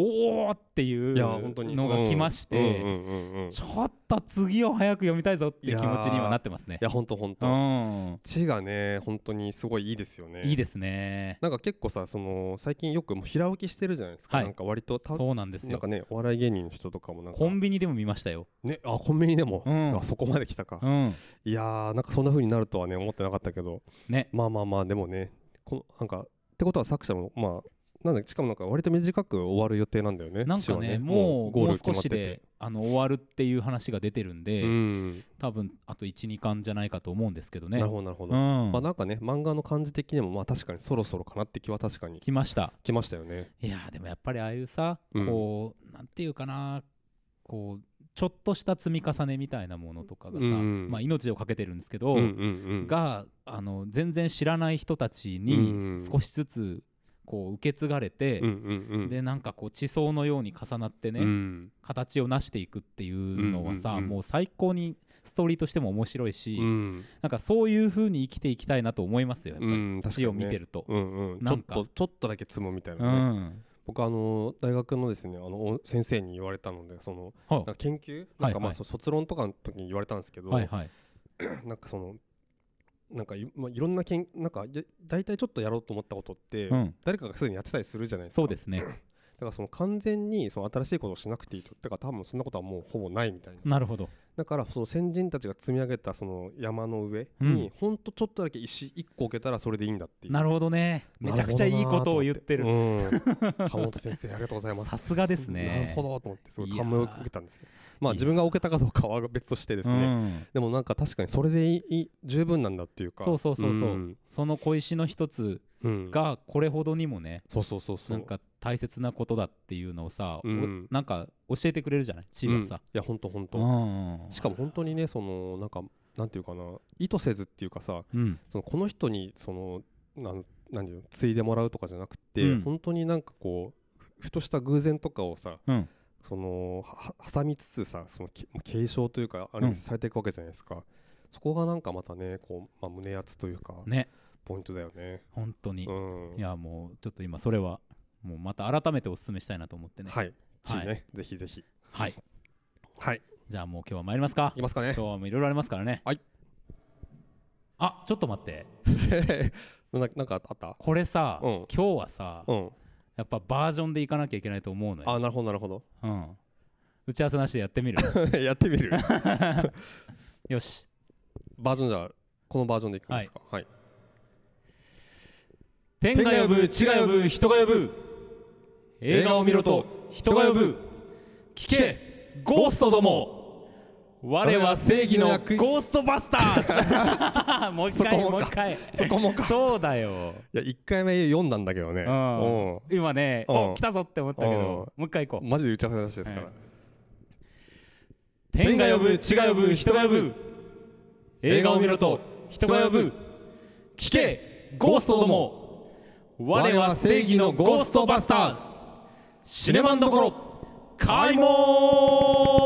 Speaker 1: お!」っていう
Speaker 2: いや、本当に。
Speaker 1: のが来まして、
Speaker 2: うんうんうんうん。い
Speaker 1: ちょっと次を早く読みたいぞっていう気持ちにはなってますね。
Speaker 2: や、本当本
Speaker 1: う
Speaker 2: 当。
Speaker 1: ん、
Speaker 2: ちがね、本当にすごいいいですよね。
Speaker 1: いいですね。
Speaker 2: なんか結構さその最近よくもう平置きしてるじゃないですか、
Speaker 1: はい
Speaker 2: なんか割とた
Speaker 1: そうなんです
Speaker 2: なん
Speaker 1: よ
Speaker 2: か。ねお笑い芸人の人とかもなんか
Speaker 1: コンビニでも見ましたよ。
Speaker 2: ねあコンビニでも、
Speaker 1: うん
Speaker 2: あそこまで来たか、
Speaker 1: うん、
Speaker 2: いやーなんかそんな風になるとはね思ってなかったけど
Speaker 1: ね、
Speaker 2: まあまあまあでもねこのなんかってことは作者もまあなんだしかもなんか割と短く終わる予定なんだよね
Speaker 1: なん
Speaker 2: 一
Speaker 1: か
Speaker 2: 応
Speaker 1: ね、もう
Speaker 2: ゴー
Speaker 1: もう
Speaker 2: ル決
Speaker 1: 少
Speaker 2: まっ
Speaker 1: して
Speaker 2: て
Speaker 1: であの終わるっていう話が出てるんで、
Speaker 2: うん、
Speaker 1: 多分あと1、2巻じゃないかと思うんですけどね。
Speaker 2: なるほどなるほど、
Speaker 1: うん
Speaker 2: まあなんかね漫画の感じ的にもまあ確かにそろそろかなって気は確かに
Speaker 1: 来ました
Speaker 2: きましたよね
Speaker 1: いやーでもやっぱりああいうさ、
Speaker 2: うん
Speaker 1: こうなんていうかなこうちょっとした積み重ねみたいなものとかがさ、
Speaker 2: うんうん
Speaker 1: まあ、命を懸けてるんですけど、
Speaker 2: うんうんうん
Speaker 1: があの全然知らない人たち
Speaker 2: うんう
Speaker 1: に
Speaker 2: ん
Speaker 1: 少しずつこう受け継がれて、
Speaker 2: うんうんうん
Speaker 1: でなんかこう地層のように重なってね、
Speaker 2: うん
Speaker 1: 形を成していくっていうのはさ、
Speaker 2: うんうんうん
Speaker 1: もう最高にストーリーとしても面白いし、
Speaker 2: うん
Speaker 1: なんかそういう風に生きていきたいなと思いますよやっぱり、
Speaker 2: うん確かに
Speaker 1: 地
Speaker 2: ね
Speaker 1: を見てると。
Speaker 2: うんうんち
Speaker 1: な
Speaker 2: ょ
Speaker 1: ん
Speaker 2: っ
Speaker 1: か
Speaker 2: とちょっとだけツモみたいうなね、
Speaker 1: ん
Speaker 2: 僕あの大学のですねあのお先生に言われたのでその
Speaker 1: は
Speaker 2: なんか研究
Speaker 1: は
Speaker 2: ないんかま
Speaker 1: は
Speaker 2: あ
Speaker 1: い
Speaker 2: そう卒論とかの時に言われたんですけど、
Speaker 1: はいはい
Speaker 2: なんかそのなんかい,、まあ、いろんなけんなんかい大体ちょっとやろうと思ったことって、
Speaker 1: うん
Speaker 2: 誰かがすでにやってたりするじゃないですか
Speaker 1: そうですね
Speaker 2: だからその完全にその新しいことをしなくていいとだから多分そんなことはもうほぼないみたいな
Speaker 1: なるほど
Speaker 2: だからその先人たちが積み上げたその山の上
Speaker 1: うん
Speaker 2: に、ほんとちょっとだけ石1個置けたらそれでいいんだっていう
Speaker 1: なるほどねめちゃくちゃいいことを言ってる
Speaker 2: なるほどなーと思ってうん川本先生ありがとうございます
Speaker 1: さすがですね
Speaker 2: なるほどと思ってすごい感銘を受けたんですけど
Speaker 1: い
Speaker 2: ま
Speaker 1: や
Speaker 2: あ
Speaker 1: ー
Speaker 2: 自分が置けたかどうかは別としてです
Speaker 1: う
Speaker 2: ね
Speaker 1: ん、
Speaker 2: でもなんか確かにそれでいいいい十分なんだっていうか
Speaker 1: そうそうそうそうんその小石の一つ
Speaker 2: うん
Speaker 1: がこれほどにもね
Speaker 2: そうそうそうそう
Speaker 1: なんか大切なことだっていうのをさ、お
Speaker 2: うん
Speaker 1: なんか教えてくれるじゃない地
Speaker 2: うん
Speaker 1: はいさ、
Speaker 2: やほんとほんと
Speaker 1: うん、
Speaker 2: しかも本当にねそのなんかなんていうかな意図せずっていうかさ
Speaker 1: うん、
Speaker 2: そのこの人にそのなんなんていうの継いでもらうとかじゃなくて、
Speaker 1: うん
Speaker 2: 本当になんかこうふふとした偶然とかをさ
Speaker 1: うん
Speaker 2: そのはは挟みつつさそのけ継承というかある
Speaker 1: う
Speaker 2: 意
Speaker 1: ん
Speaker 2: 味されていくわけじゃないですか、そこがなんかまたねこう、まあ、胸熱というか、
Speaker 1: ね
Speaker 2: ポイントだよね。
Speaker 1: 本当に、
Speaker 2: うん
Speaker 1: いやもうちょっと今それはもうまた改めてお勧めしたいなと思ってね
Speaker 2: はい、地位ね、
Speaker 1: は
Speaker 2: ぜひぜひ
Speaker 1: はい
Speaker 2: はい
Speaker 1: じゃあもう今日は参りますか
Speaker 2: いきますかね
Speaker 1: 今日はもういろいろありますからね
Speaker 2: はい
Speaker 1: あちょっと待って
Speaker 2: ななんかあった
Speaker 1: これさ、
Speaker 2: うん
Speaker 1: 今日はさ、
Speaker 2: うん
Speaker 1: やっぱバージョンでいかなきゃいけないと思うのよ
Speaker 2: あなるほどなるほど
Speaker 1: うん、打ち合わせなしでやってみ る
Speaker 2: やってみる
Speaker 1: よし
Speaker 2: バージョンじゃあこのバージョンでいくんですかはい、
Speaker 1: 天が呼ぶ地が呼ぶ人が呼ぶ映画を見ろと人が呼ぶ聞けゴーストども我は正義のゴーストバスターズもう一回
Speaker 2: そ
Speaker 1: も
Speaker 2: こも
Speaker 1: う
Speaker 2: か
Speaker 1: 一回
Speaker 2: そこも か
Speaker 1: そうだよ、
Speaker 2: いや1回目読んだんだけどね
Speaker 1: うん
Speaker 2: う
Speaker 1: 今ね、
Speaker 2: う
Speaker 1: お
Speaker 2: ん
Speaker 1: 来たぞって思ったけ
Speaker 2: うん
Speaker 1: どもう一回行こうん
Speaker 2: マジで打ち合わせなしですから、
Speaker 1: はい天が呼ぶ地が呼ぶ人が呼ぶ映画を見ろと人が呼ぶ聞けゴーストども我は正義のゴーストバスターズシネマンどころ開門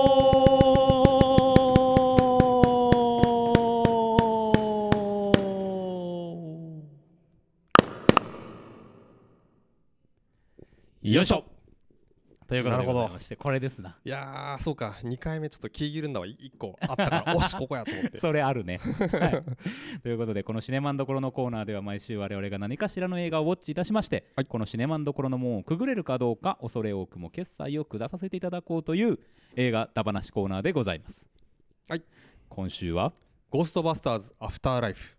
Speaker 1: よいしょということでございましてこれですない
Speaker 2: やーそうか2回目ちょっと気緩んだわ1個あっ たからおしここやと思って
Speaker 1: それあ るね、はいということでこのシネマンどころのコーナーでは毎週我々が何かしらの映画をウォッチいたしまして、
Speaker 2: はい
Speaker 1: このシネマンどころの門をくぐれるかどうか恐れ多くも決済を下させていただこうという映画だばなしコーナーでございます、
Speaker 2: はい、
Speaker 1: 今週は
Speaker 2: ゴーストバスターズアフターライフ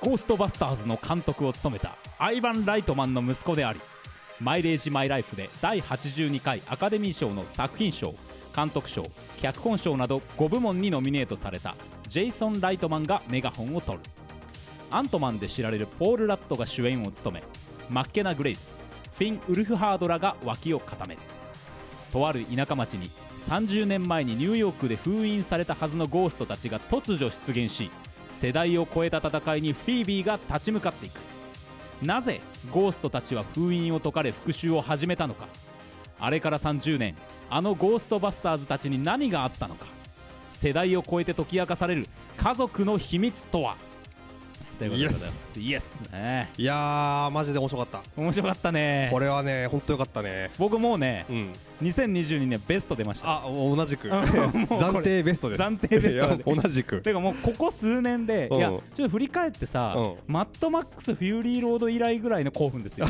Speaker 1: ゴーストバスターズの監督を務めたアイヴァン・ライトマンの息子であり「マイレージ・マイ・ライフ」で第82回アカデミー賞の作品賞監督賞脚本賞など5部門にノミネートされたジェイソン・ライトマンがメガホンを取るアントマンで知られるポール・ラットが主演を務めマッケナ・グレイスフィン・ウルフハードらが脇を固めるとある田舎町に30年前にニューヨークで封印されたはずのゴーストたちが突如出現し世代を超えた戦いにフィービーが立ち向かっていくなぜゴーストたちは封印を解かれ復讐を始めたのかあれから30年あのゴーストバスターズたちに何があったのか世代を超えて解き明かされる家族の秘密とはということでございますイエスね
Speaker 2: いやーマジで面白かっ
Speaker 1: 面白かった
Speaker 2: た
Speaker 1: ね
Speaker 2: これはねほんとよかったね
Speaker 1: 僕もうね
Speaker 2: うん
Speaker 1: 2022年ベスト出ました
Speaker 2: あお同じく
Speaker 1: もうこれ
Speaker 2: 暫定ベストです
Speaker 1: 暫定ベスト
Speaker 2: い
Speaker 1: だ
Speaker 2: や
Speaker 1: ね
Speaker 2: 同じ く
Speaker 1: てかもうここ数年で、
Speaker 2: うん
Speaker 1: いやちょっと振り返ってさ、
Speaker 2: う
Speaker 1: マッドマックスフューリーロード以来ぐらいの興奮 ですよ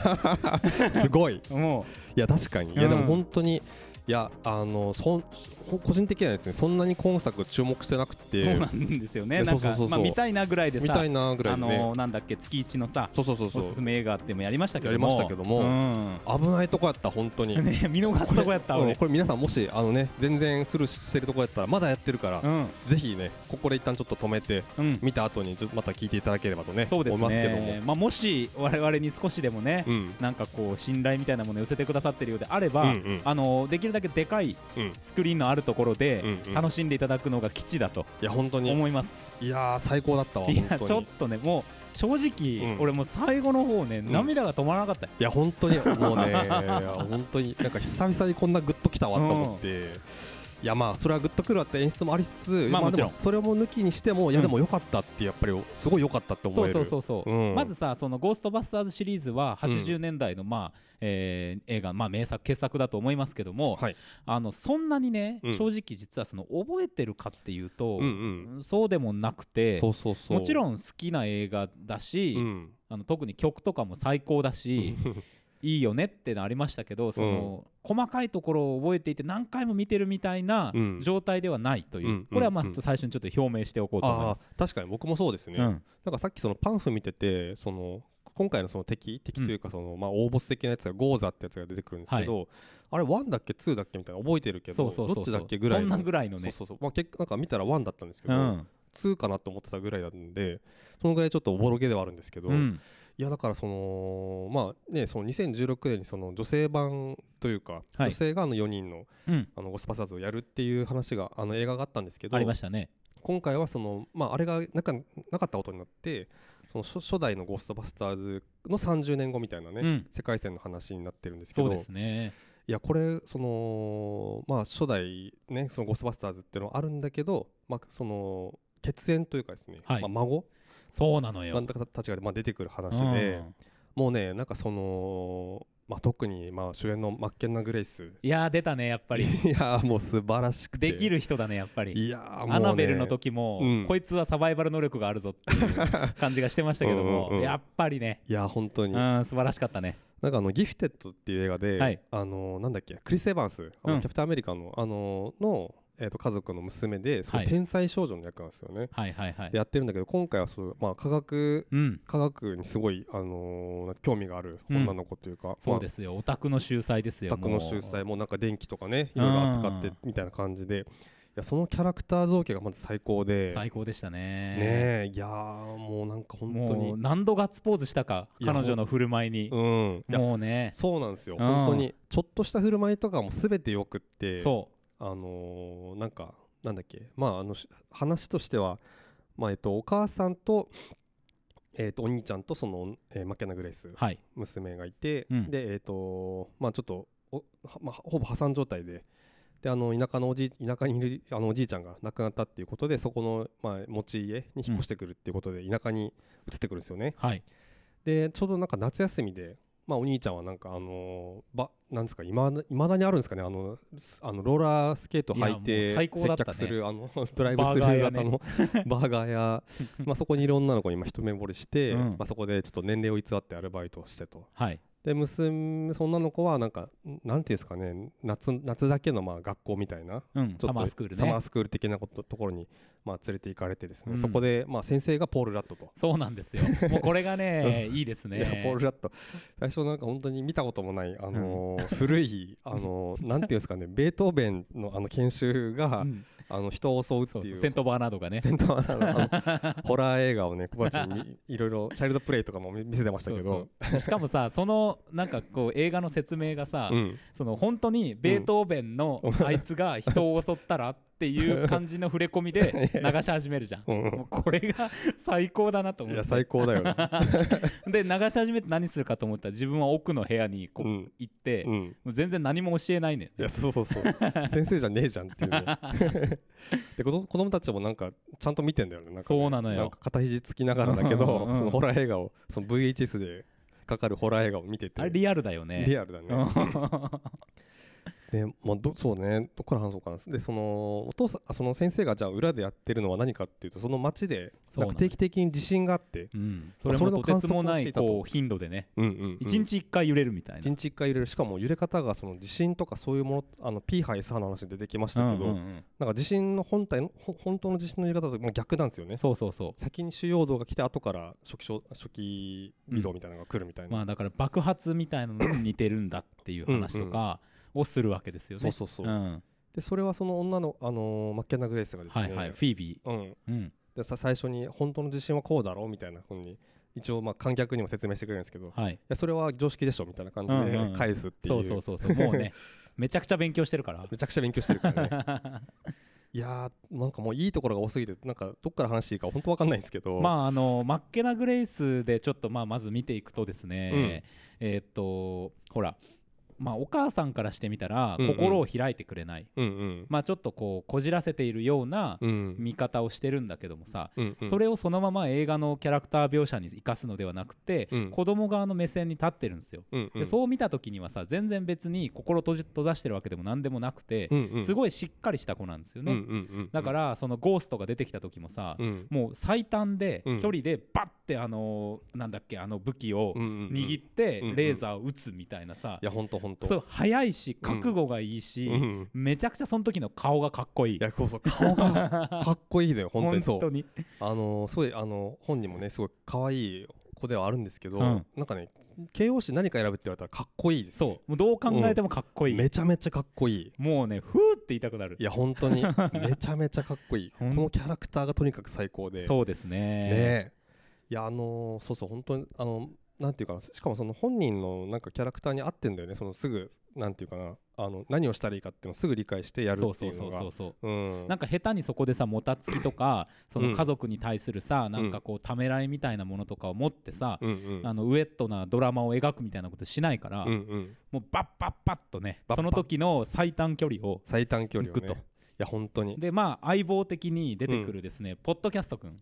Speaker 2: すごい
Speaker 1: も
Speaker 2: いや確かにいや、
Speaker 1: うん
Speaker 2: でも本当にいやあのそんほ個人的にはですねそんなに今作注目してなく
Speaker 1: う、
Speaker 2: て
Speaker 1: そうなんですよね
Speaker 2: え
Speaker 1: なん
Speaker 2: そう
Speaker 1: か
Speaker 2: そうそうそう
Speaker 1: まあ見たいなぐらいでさ
Speaker 2: みたいなぐらい
Speaker 1: あ
Speaker 2: でね、
Speaker 1: のーなんだっけ月一のさ
Speaker 2: そうそうそうそう
Speaker 1: おすすめ映画ってもやりましたけども
Speaker 2: やりましたけども危ないとこやった本当に
Speaker 1: うん ね見逃すとこやった
Speaker 2: うん
Speaker 1: 俺
Speaker 2: これ皆さんもしあのね全然スルーしてるとこやったらまだやってるから、
Speaker 1: うん
Speaker 2: ぜひねここで一旦ちょっと止めて
Speaker 1: うん、
Speaker 2: 見た後にちょっとまた聞いていただければとね
Speaker 1: そうです
Speaker 2: 思いますけども
Speaker 1: ねまあもし我々に少しでもね、
Speaker 2: うん
Speaker 1: なんかこう信頼みたいなものを寄せてくださってるようであれば、
Speaker 2: うんうん
Speaker 1: あのーできるるだけでかい
Speaker 2: うん
Speaker 1: スクリーンのあるところで
Speaker 2: うんうん
Speaker 1: 楽しんでいただくのが基地だと
Speaker 2: いや本当に
Speaker 1: 思います、
Speaker 2: いやー最高だったわ
Speaker 1: い
Speaker 2: 本当
Speaker 1: や
Speaker 2: に
Speaker 1: ちょっとねもう正直、
Speaker 2: うん
Speaker 1: 俺もう最後の方ね
Speaker 2: ん
Speaker 1: 涙が止まらなかったよ、
Speaker 2: いや本当にもう ねいや本当になんか久々にこんなグッときたわと思って、いやまあそれはグッとくるわって演出もありつつ、
Speaker 1: まあもち
Speaker 2: で
Speaker 1: ろん
Speaker 2: もそれも抜きにしてもいやでも良かったってやっぱりすごい良かったって思
Speaker 1: そ
Speaker 2: え
Speaker 1: う
Speaker 2: る
Speaker 1: そうそうそう、
Speaker 2: うん
Speaker 1: まずさその「ゴーストバスターズ」シリーズは80年代の、まあえー映画、まあ、名作傑作だと思いますけども、
Speaker 2: はい
Speaker 1: あのそんなにね、
Speaker 2: うん
Speaker 1: 正直実はその覚えてるかっていうと、
Speaker 2: うんうん
Speaker 1: そうでもなくて
Speaker 2: そうそうそう
Speaker 1: もちろ
Speaker 2: ん、
Speaker 1: ん好きな映画だし、
Speaker 2: うん、
Speaker 1: あの特に曲とかも最高だしいいよねってのありましたけどその、細かいところを覚えていて何回も見てるみたいな
Speaker 2: うん
Speaker 1: 状態ではないという、
Speaker 2: うん
Speaker 1: これはまあ
Speaker 2: う
Speaker 1: ち
Speaker 2: ん
Speaker 1: ょっと最初にちょっと表明しておこうと思い
Speaker 2: あ
Speaker 1: ま
Speaker 2: あ
Speaker 1: す。
Speaker 2: 確かに僕もそうですね、
Speaker 1: うん
Speaker 2: なんかさっきそのパンフ見ててその今回のその敵敵というかその、まあ大ボス的なやつがゴーザってやつが出てくるんですけど、あれ1だっけ2だっけみたいな覚えてるけど
Speaker 1: そうそうそう
Speaker 2: ど
Speaker 1: そう
Speaker 2: っちだっけぐら
Speaker 1: そ
Speaker 2: い
Speaker 1: ん
Speaker 2: の
Speaker 1: なぐらいのね
Speaker 2: そうそうそう、まあ、結なんか見たら1だったんですけ
Speaker 1: う
Speaker 2: ど、
Speaker 1: ん
Speaker 2: 2かなと思ってたぐらいなんでそのぐらいちょっとおぼろげではあるんですけど、
Speaker 1: うん
Speaker 2: いやだからそのまあねその2016年にその女性版というか、
Speaker 1: はい
Speaker 2: 女性があの4人の
Speaker 1: うん
Speaker 2: あのゴスパサーズをやるっていう話があの映画があったんですけど
Speaker 1: ありましたね。
Speaker 2: 今回はその、まあ、あれがなかなかったことになってその初初代の「ゴーストバスターズ」の30年後みたいなね、
Speaker 1: うん
Speaker 2: 世界線の話になってるんですけ
Speaker 1: そう
Speaker 2: ど
Speaker 1: ですね。
Speaker 2: いやこれそのまあ初代ねそのゴーストバスターズっていうのはあるんだけどまあその血縁というかですね、
Speaker 1: はい
Speaker 2: まあ、孫
Speaker 1: そうなのよ。
Speaker 2: なんだかたちがまあ出てくる話
Speaker 1: うん
Speaker 2: で、もうねなんかそのまあ特にまあ主演のマッケンナ・グレイス
Speaker 1: いやー出たねやっぱり。
Speaker 2: いやもう素晴らしくて
Speaker 1: できる人だねやっぱり。
Speaker 2: いやもう、ね、
Speaker 1: アナベルの時も、
Speaker 2: うん
Speaker 1: こいつはサバイバル能力があるぞっていう感じがしてましたけども
Speaker 2: うんうんうん
Speaker 1: やっぱりね、
Speaker 2: いや本当
Speaker 1: う
Speaker 2: に
Speaker 1: ん、素晴らしかったね。
Speaker 2: なんかあのギフテッドっていう映画で、
Speaker 1: はい
Speaker 2: あのなんだっけクリス・エヴァンスあの
Speaker 1: うん
Speaker 2: キャプテンアメリカのあのの、えー、と家族の娘ですごい
Speaker 1: はい
Speaker 2: 天才少女の役なんですよね、
Speaker 1: はいはいはい
Speaker 2: で。やってるんだけど今回はそう、まあ、科学
Speaker 1: うん、
Speaker 2: 科学にすごい、あのー興味がある
Speaker 1: うん
Speaker 2: 女の子というか、
Speaker 1: そうですよ。オタクの秀才ですよ。
Speaker 2: まあ、宅の
Speaker 1: もう
Speaker 2: 秀才もなんか電気とかねいろいろ扱って
Speaker 1: うん
Speaker 2: みたいな感じでいやそのキャラクター造形がまず最高で
Speaker 1: 最高でした
Speaker 2: ね
Speaker 1: ね。
Speaker 2: えいやーもうなんか本
Speaker 1: も
Speaker 2: 当
Speaker 1: う
Speaker 2: に
Speaker 1: 何度ガッツポーズしたか
Speaker 2: いや
Speaker 1: 彼女の振る舞いに
Speaker 2: うんいや
Speaker 1: もうね
Speaker 2: そうなんですよ
Speaker 1: うん
Speaker 2: 本当にちょっとした振る舞いとかも全てよくって
Speaker 1: そ
Speaker 2: あのーなんかなんだっけまああのし話としてはまあえっとお母さんとえっとお兄ちゃんとそのえーマッケナ・グレイス
Speaker 1: うはい
Speaker 2: 娘がいて、
Speaker 1: うん
Speaker 2: でえっ、とまあちょっとおはまあ、ほぼ破産状態でであの田舎のおじい田舎にいるあのおじいちゃんが亡くなったっていうことでそこの、まあ、持ち家に引っ越してくるっていうことで田舎に移ってくるんですよね、
Speaker 1: はい
Speaker 2: でちょうどなんか夏休みで、まあ、お兄ちゃんはなんかあのーばなんですかいまだにあるんですかねあのすあのローラースケート履
Speaker 1: い
Speaker 2: い
Speaker 1: やも
Speaker 2: て
Speaker 1: う最高だ
Speaker 2: 接
Speaker 1: ったね
Speaker 2: 客するあの ドライブス
Speaker 1: バー
Speaker 2: ル
Speaker 1: ガー
Speaker 2: ー
Speaker 1: 屋
Speaker 2: 型の バーガ ー屋まあそこにいろんなの子に今一目惚れして、
Speaker 1: うん
Speaker 2: まあ、そこでちょっと年齢を偽ってアルバイトをしてと
Speaker 1: はい
Speaker 2: で娘そんなの子はなんかんなんていうんですかね夏夏だけのまあ学校みたいな
Speaker 1: うん
Speaker 2: ちょっと
Speaker 1: サマースクール
Speaker 2: サマ
Speaker 1: ね
Speaker 2: ースクール的なことところにまあ連れて行かれてですね、
Speaker 1: うん
Speaker 2: そこでまあ先生がポール・ラットと。
Speaker 1: そうなんですよもうこれが ねいいです
Speaker 2: いや
Speaker 1: ね
Speaker 2: ポール・ラット最初なんか本当に見たこともない、あのー 古い、あのーなんていうんですかねベートーベンのあの研修が、
Speaker 1: うん
Speaker 2: あの人を襲うっ
Speaker 1: そ
Speaker 2: て
Speaker 1: う
Speaker 2: いう
Speaker 1: セントバーナードがね
Speaker 2: セントアナのあ のホラー映画をね小鉢にいろいろチャイルドプレイとかも見見せてましたけど
Speaker 1: そうそうしかもさそのなんかこう映画の説明がさ、
Speaker 2: うん
Speaker 1: その本当にベートーベンのあいつが人を襲ったらっていう感じの触れ込み で流し始めるじゃん
Speaker 2: うん
Speaker 1: もうこれが最高だなと思っ
Speaker 2: いや
Speaker 1: て
Speaker 2: 最高だよね、
Speaker 1: で流し始めて何するかと思ったら自分は奥の部屋にこ
Speaker 2: う
Speaker 1: うん行って、
Speaker 2: うん、い
Speaker 1: もう全然何も教えないのよ
Speaker 2: やそうそ うそう先生じゃねえじゃんっていうねで子供子供たちもなんかちゃんと見てんだよねなんかね
Speaker 1: そうなのよ
Speaker 2: んか片肘つきながらだけど、
Speaker 1: うんうん
Speaker 2: そのホラー映画をその VHS でかかるホラー映画を見てて
Speaker 1: あれリアルだよね
Speaker 2: リ
Speaker 1: ア
Speaker 2: アルだね、で、まあ、どそうねどこから話そうかなでそのお父さんあその先生がじゃあ裏でやってるのは何かっていうとその町で
Speaker 1: そう
Speaker 2: な
Speaker 1: なんん
Speaker 2: か
Speaker 1: だ
Speaker 2: 定期的に地震があって
Speaker 1: うん、それ
Speaker 2: それ
Speaker 1: も
Speaker 2: の
Speaker 1: とて
Speaker 2: 観
Speaker 1: つ
Speaker 2: 測
Speaker 1: も
Speaker 2: を
Speaker 1: な
Speaker 2: して
Speaker 1: い
Speaker 2: いたと
Speaker 1: こう頻度でね
Speaker 2: うんうんうん
Speaker 1: 一日一回揺れるみたいな
Speaker 2: 一。日一回揺れるしかも揺れ方がその地震とかそういうものあの P 波 S 波の話で出てきましたけど、
Speaker 1: うんうん
Speaker 2: なんか地震の本体のほ本当の地震の揺れ方ともう逆なんですよ
Speaker 1: うん
Speaker 2: ね
Speaker 1: そうそうそ、
Speaker 2: 先に主要動が来て後から初期小初期微動みたいなのが来るみたいうな、
Speaker 1: まあ、だから爆発みたいなのに似てるんだっていう話とかをするわけですよね。
Speaker 2: そうそうそう、
Speaker 1: うん
Speaker 2: でそれはその女の、あのーマッケンナ・グレイスがです
Speaker 1: は
Speaker 2: ね、
Speaker 1: いはい、フィービ
Speaker 2: うん、
Speaker 1: ー、うん
Speaker 2: でさ最初に本当の地震はこうだろうみたいなふうに一応まあ観客にも説明してくれるんですけどい
Speaker 1: はい
Speaker 2: やそれは常識でしょみたいな感じ
Speaker 1: うんうんうん
Speaker 2: で返すってい
Speaker 1: そうそううそうそうもうねめちゃくちゃ勉強してるから
Speaker 2: めちゃくちゃ勉強してるから ねいやーなんかもういいところが多すぎてなんかどっから話していいか本当わかんないんですけど
Speaker 1: まああのマッケナ・グレイスでちょっとまあまず見ていくとですね、えーっとほらまあお母さんからしてみたら
Speaker 2: うんうん
Speaker 1: 心を開いてくれない、
Speaker 2: うんうん
Speaker 1: まあちょっとこうこじらせているような
Speaker 2: うん
Speaker 1: 見方をしてるんだけどもさ、
Speaker 2: うんうん
Speaker 1: それをそのまま映画のキャラクター描写に生かすのではなくて、
Speaker 2: うん
Speaker 1: 子供側の目線に立ってるんですよ。
Speaker 2: うんうん
Speaker 1: でそう見た時にはさ全然別に心閉じ閉ざしてるわけでも何でもなくて、
Speaker 2: うんうん
Speaker 1: すごいしっかりした子なんですよね、
Speaker 2: うんうんうんうん
Speaker 1: だからそのゴーストが出てきた時もさ、
Speaker 2: うん
Speaker 1: もう最短で
Speaker 2: うん
Speaker 1: 距離でバッてあのーなんだっけあの武器を
Speaker 2: うんうんうん
Speaker 1: 握
Speaker 2: い
Speaker 1: って
Speaker 2: うんうん
Speaker 1: レーザーを撃つみたいなさ、
Speaker 2: や本当本当
Speaker 1: そう早いし覚悟がいいし、
Speaker 2: うん
Speaker 1: めちゃくちゃその時の顔がかっこいい
Speaker 2: い。やこう そう顔がかっこいいだよ本当にそう
Speaker 1: に
Speaker 2: あのすごいあの本人もねすごい可愛い子ではあるんですけど、
Speaker 1: うん
Speaker 2: なんかね形容詞何か選ぶって言われたらかっこいいです、
Speaker 1: そう
Speaker 2: ね、
Speaker 1: もうどう考えてもかっこいい、
Speaker 2: めちゃめちゃかっこいい
Speaker 1: もうねふーって言いたくなる
Speaker 2: いや本 当にめちゃめちゃかっこいいこ
Speaker 1: ほん
Speaker 2: のキャラクターがとにかく最高で
Speaker 1: そうです
Speaker 2: ね
Speaker 1: ね
Speaker 2: えいやあのそうそう本当にあのなんていうかなしかもその本人のなんかキャラクターに合ってんだよねそのすぐなんていうかなあの何をしたらいいかっていうのをすぐ理解してやる
Speaker 1: そう
Speaker 2: って
Speaker 1: そ
Speaker 2: いうう
Speaker 1: そ
Speaker 2: の
Speaker 1: う
Speaker 2: が
Speaker 1: そうそう
Speaker 2: うん
Speaker 1: なんか下手にそこでさもたつきとかその家族に対するさ、
Speaker 2: ん
Speaker 1: なんかこうためらいみたいなものとかを持ってさ、
Speaker 2: うんうん
Speaker 1: あのウエットなドラマを描くみたいなことしないから、
Speaker 2: うんうん
Speaker 1: もうバッバッバッとね
Speaker 2: バッ
Speaker 1: そ
Speaker 2: バッ
Speaker 1: の時の最短距離を
Speaker 2: 最短距離を
Speaker 1: 行
Speaker 2: ね
Speaker 1: くと
Speaker 2: いや本当に
Speaker 1: でまあ相棒的に出てくるですね、ポッドキャスト くん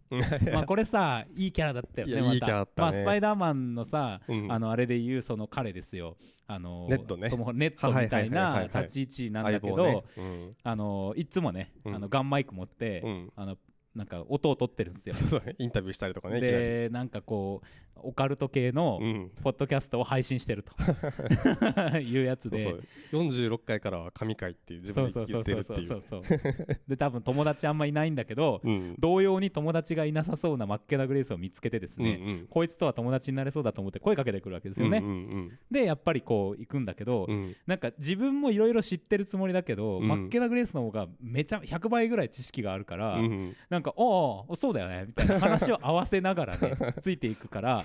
Speaker 1: まあこれさいいキャラだったよ
Speaker 2: い
Speaker 1: ね
Speaker 2: や
Speaker 1: また
Speaker 2: いいキャラだったね
Speaker 1: まあ、スパイダーマンのさ、
Speaker 2: う ん
Speaker 1: あのあれで言うその彼ですよあの
Speaker 2: ネットね
Speaker 1: トムホネットみたい
Speaker 2: はいはいはい
Speaker 1: な
Speaker 2: はいはい
Speaker 1: 立ち位置なんだけど、
Speaker 2: 相棒ねうん
Speaker 1: あのいつもね、
Speaker 2: うん
Speaker 1: あのガンマイク持って、
Speaker 2: うん
Speaker 1: あのなんか音を取ってるんですよ
Speaker 2: そうそうインタビューしたりとかねいきなり
Speaker 1: でなんかこうオカルト系の
Speaker 2: うん
Speaker 1: ポッドキャストを配信して るというやつ
Speaker 2: そう
Speaker 1: で
Speaker 2: そう46回からは神回っていう自分で言ってるっていう
Speaker 1: そうそうそうそうそうで多分友達あんまいないんだけど、
Speaker 2: うん
Speaker 1: 同様に友達がいなさそうなマッケナ・グレイスを見つけてですね、
Speaker 2: うんうん
Speaker 1: こいつとは友達になれそうだと思って声かけてくるわけですよね、
Speaker 2: うんうん
Speaker 1: でやっぱりこう行くんだけど、
Speaker 2: うんうん
Speaker 1: なんか自分もいろいろ知ってるつもりだけど、
Speaker 2: うん
Speaker 1: マッケナ・グレイスの方がめちゃ100倍ぐらい知識があるから、
Speaker 2: うんうん
Speaker 1: なんか「おうおうそうだよね」みたいな話を合わせながら ねついていくから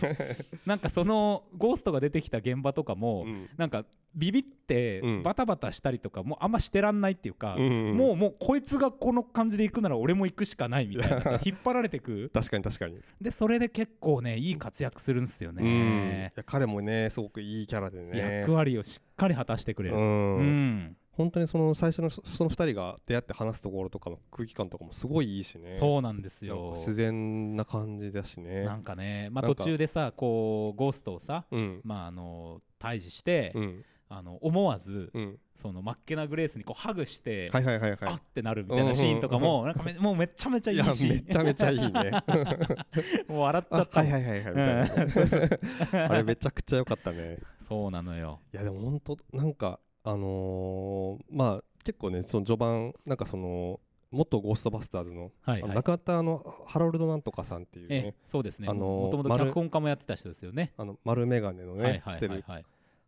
Speaker 1: なんかそのゴーストが出てきた現場とかも、
Speaker 2: うん
Speaker 1: なんかビビって
Speaker 2: うん
Speaker 1: バタバタしたりとかもうあんましてらんないっていうか、
Speaker 2: うんうん
Speaker 1: もうもうこいつがこの感じで行くなら俺も行くしかないみたいな さ引っ張られてく
Speaker 2: 確かに確かに、
Speaker 1: でそれで結構ねいい活躍するんですよ
Speaker 2: うんい
Speaker 1: ね、
Speaker 2: や彼もねすごくいいキャラでね
Speaker 1: 役割をしっかり果たしてくれ
Speaker 2: う
Speaker 1: る、
Speaker 2: ん
Speaker 1: うん
Speaker 2: 本当にその最初のそその二人が出会って話すところとかの空気感とかもすごいいいしね
Speaker 1: そうなんです
Speaker 2: なん
Speaker 1: よ
Speaker 2: か自然な感じだしね
Speaker 1: なんかね、まあ、
Speaker 2: なん
Speaker 1: 途
Speaker 2: か
Speaker 1: 中でさこうゴーストをさ、
Speaker 2: うん
Speaker 1: まあ、あの退治して、
Speaker 2: うん
Speaker 1: あの思わず、
Speaker 2: うん
Speaker 1: そのマッケナ・グレースにこうハグして、
Speaker 2: はいはいはいはい
Speaker 1: あってなるみたいなシーンとかも、なんかめもうめちゃめちゃい
Speaker 2: い
Speaker 1: い
Speaker 2: や
Speaker 1: シ
Speaker 2: め
Speaker 1: ー
Speaker 2: ちゃめち ゃいいね
Speaker 1: ンもう笑っちゃ
Speaker 2: あ
Speaker 1: った
Speaker 2: は
Speaker 1: も
Speaker 2: い
Speaker 1: ん、
Speaker 2: はいはいはいみたいな
Speaker 1: うんそうそう
Speaker 2: あれめちゃくちゃ良かったね
Speaker 1: そうなのよ、
Speaker 2: いやでも本当なんかあのーまあ結構ねその序盤なんかその元ゴーストバスターズの、
Speaker 1: はいは
Speaker 2: あの
Speaker 1: い
Speaker 2: 中田のハラルドなんとかさんっていう
Speaker 1: え
Speaker 2: ね
Speaker 1: えそうですね、
Speaker 2: あのー
Speaker 1: もともと
Speaker 2: 丸
Speaker 1: 脚本家もやってた人ですよね
Speaker 2: あの丸眼鏡のね、
Speaker 1: はいは
Speaker 2: し
Speaker 1: い
Speaker 2: て
Speaker 1: はい
Speaker 2: る
Speaker 1: はい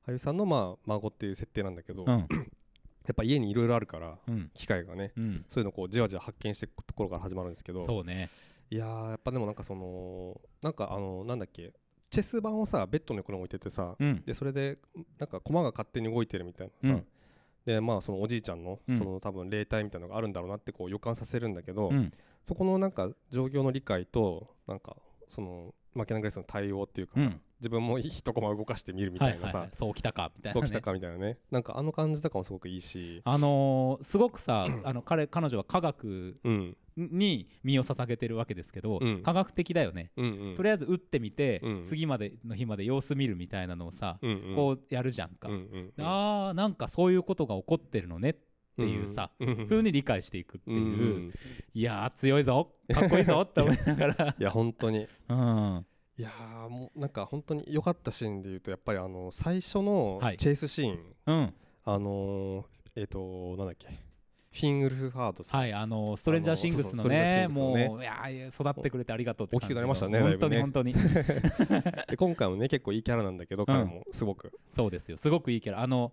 Speaker 2: 俳優さんのまあ孫っていう設定なんだけど、
Speaker 1: う
Speaker 2: や
Speaker 1: ん
Speaker 2: っぱ家にいろいろあるから
Speaker 1: うん
Speaker 2: 機械がね
Speaker 1: うん
Speaker 2: そういうのをこうじわじわ発見していくところから始まるんですけど
Speaker 1: そうね
Speaker 2: いやーやっぱでもなんかそのなんかあのなんだっけチェス盤をさベッドの横に置いててさ、
Speaker 1: うん
Speaker 2: でそれでなんか駒が勝手に動いてるみたいなさ、
Speaker 1: うん
Speaker 2: でまあそのおじいちゃんの
Speaker 1: うん
Speaker 2: その多分霊体みたいなのがあるんだろうなってこう予感させるんだけど、
Speaker 1: うん
Speaker 2: そこのなんか状況の理解となんかそのマケナグレスの対応っていうか
Speaker 1: う
Speaker 2: さ、
Speaker 1: ん
Speaker 2: 自分も一コマ動かしてみるみ
Speaker 1: は
Speaker 2: た
Speaker 1: いはい
Speaker 2: いな
Speaker 1: は
Speaker 2: さ
Speaker 1: い、そうきたかみたいな、ね、
Speaker 2: そうきたかみたいなねなんかあの感じとかもすごくいいし、
Speaker 1: あのーすごくさ あの彼彼女は科学
Speaker 2: うん、
Speaker 1: に身を捧げてるわけですけど、
Speaker 2: うん
Speaker 1: 科学的だよね
Speaker 2: うんうん
Speaker 1: とりあえず打ってみて、
Speaker 2: うん
Speaker 1: 次までの日まで様子見るみたいなのをさ、
Speaker 2: うんうん
Speaker 1: こうやるじゃんか、
Speaker 2: うんうんうん
Speaker 1: あーなんかそういうことが起こってるのねっていうさ、
Speaker 2: うんうん
Speaker 1: 風に理解していくっていう、
Speaker 2: うん
Speaker 1: いやー強いぞかっこいいぞって思いながら
Speaker 2: いや本当に
Speaker 1: うん
Speaker 2: いやーもうなんか本当に良かったシーンで言うとやっぱりあの最初の
Speaker 1: はい
Speaker 2: チェイスシーン、
Speaker 1: うん
Speaker 2: あのーえっ、となんだっけフィンウルフハードさん、
Speaker 1: はいあのーストレンジャーシングスのね
Speaker 2: あのそうそうストレンジャーシングス
Speaker 1: も
Speaker 2: のね
Speaker 1: ういやー育ってくれてありがとうって感じの
Speaker 2: 大きくなりましたねだい
Speaker 1: 本当
Speaker 2: ぶ
Speaker 1: に
Speaker 2: ね
Speaker 1: 本当に
Speaker 2: で今回もね結構いいキャラなんだけど彼もすごく、
Speaker 1: そうですよすごくいいキャラあの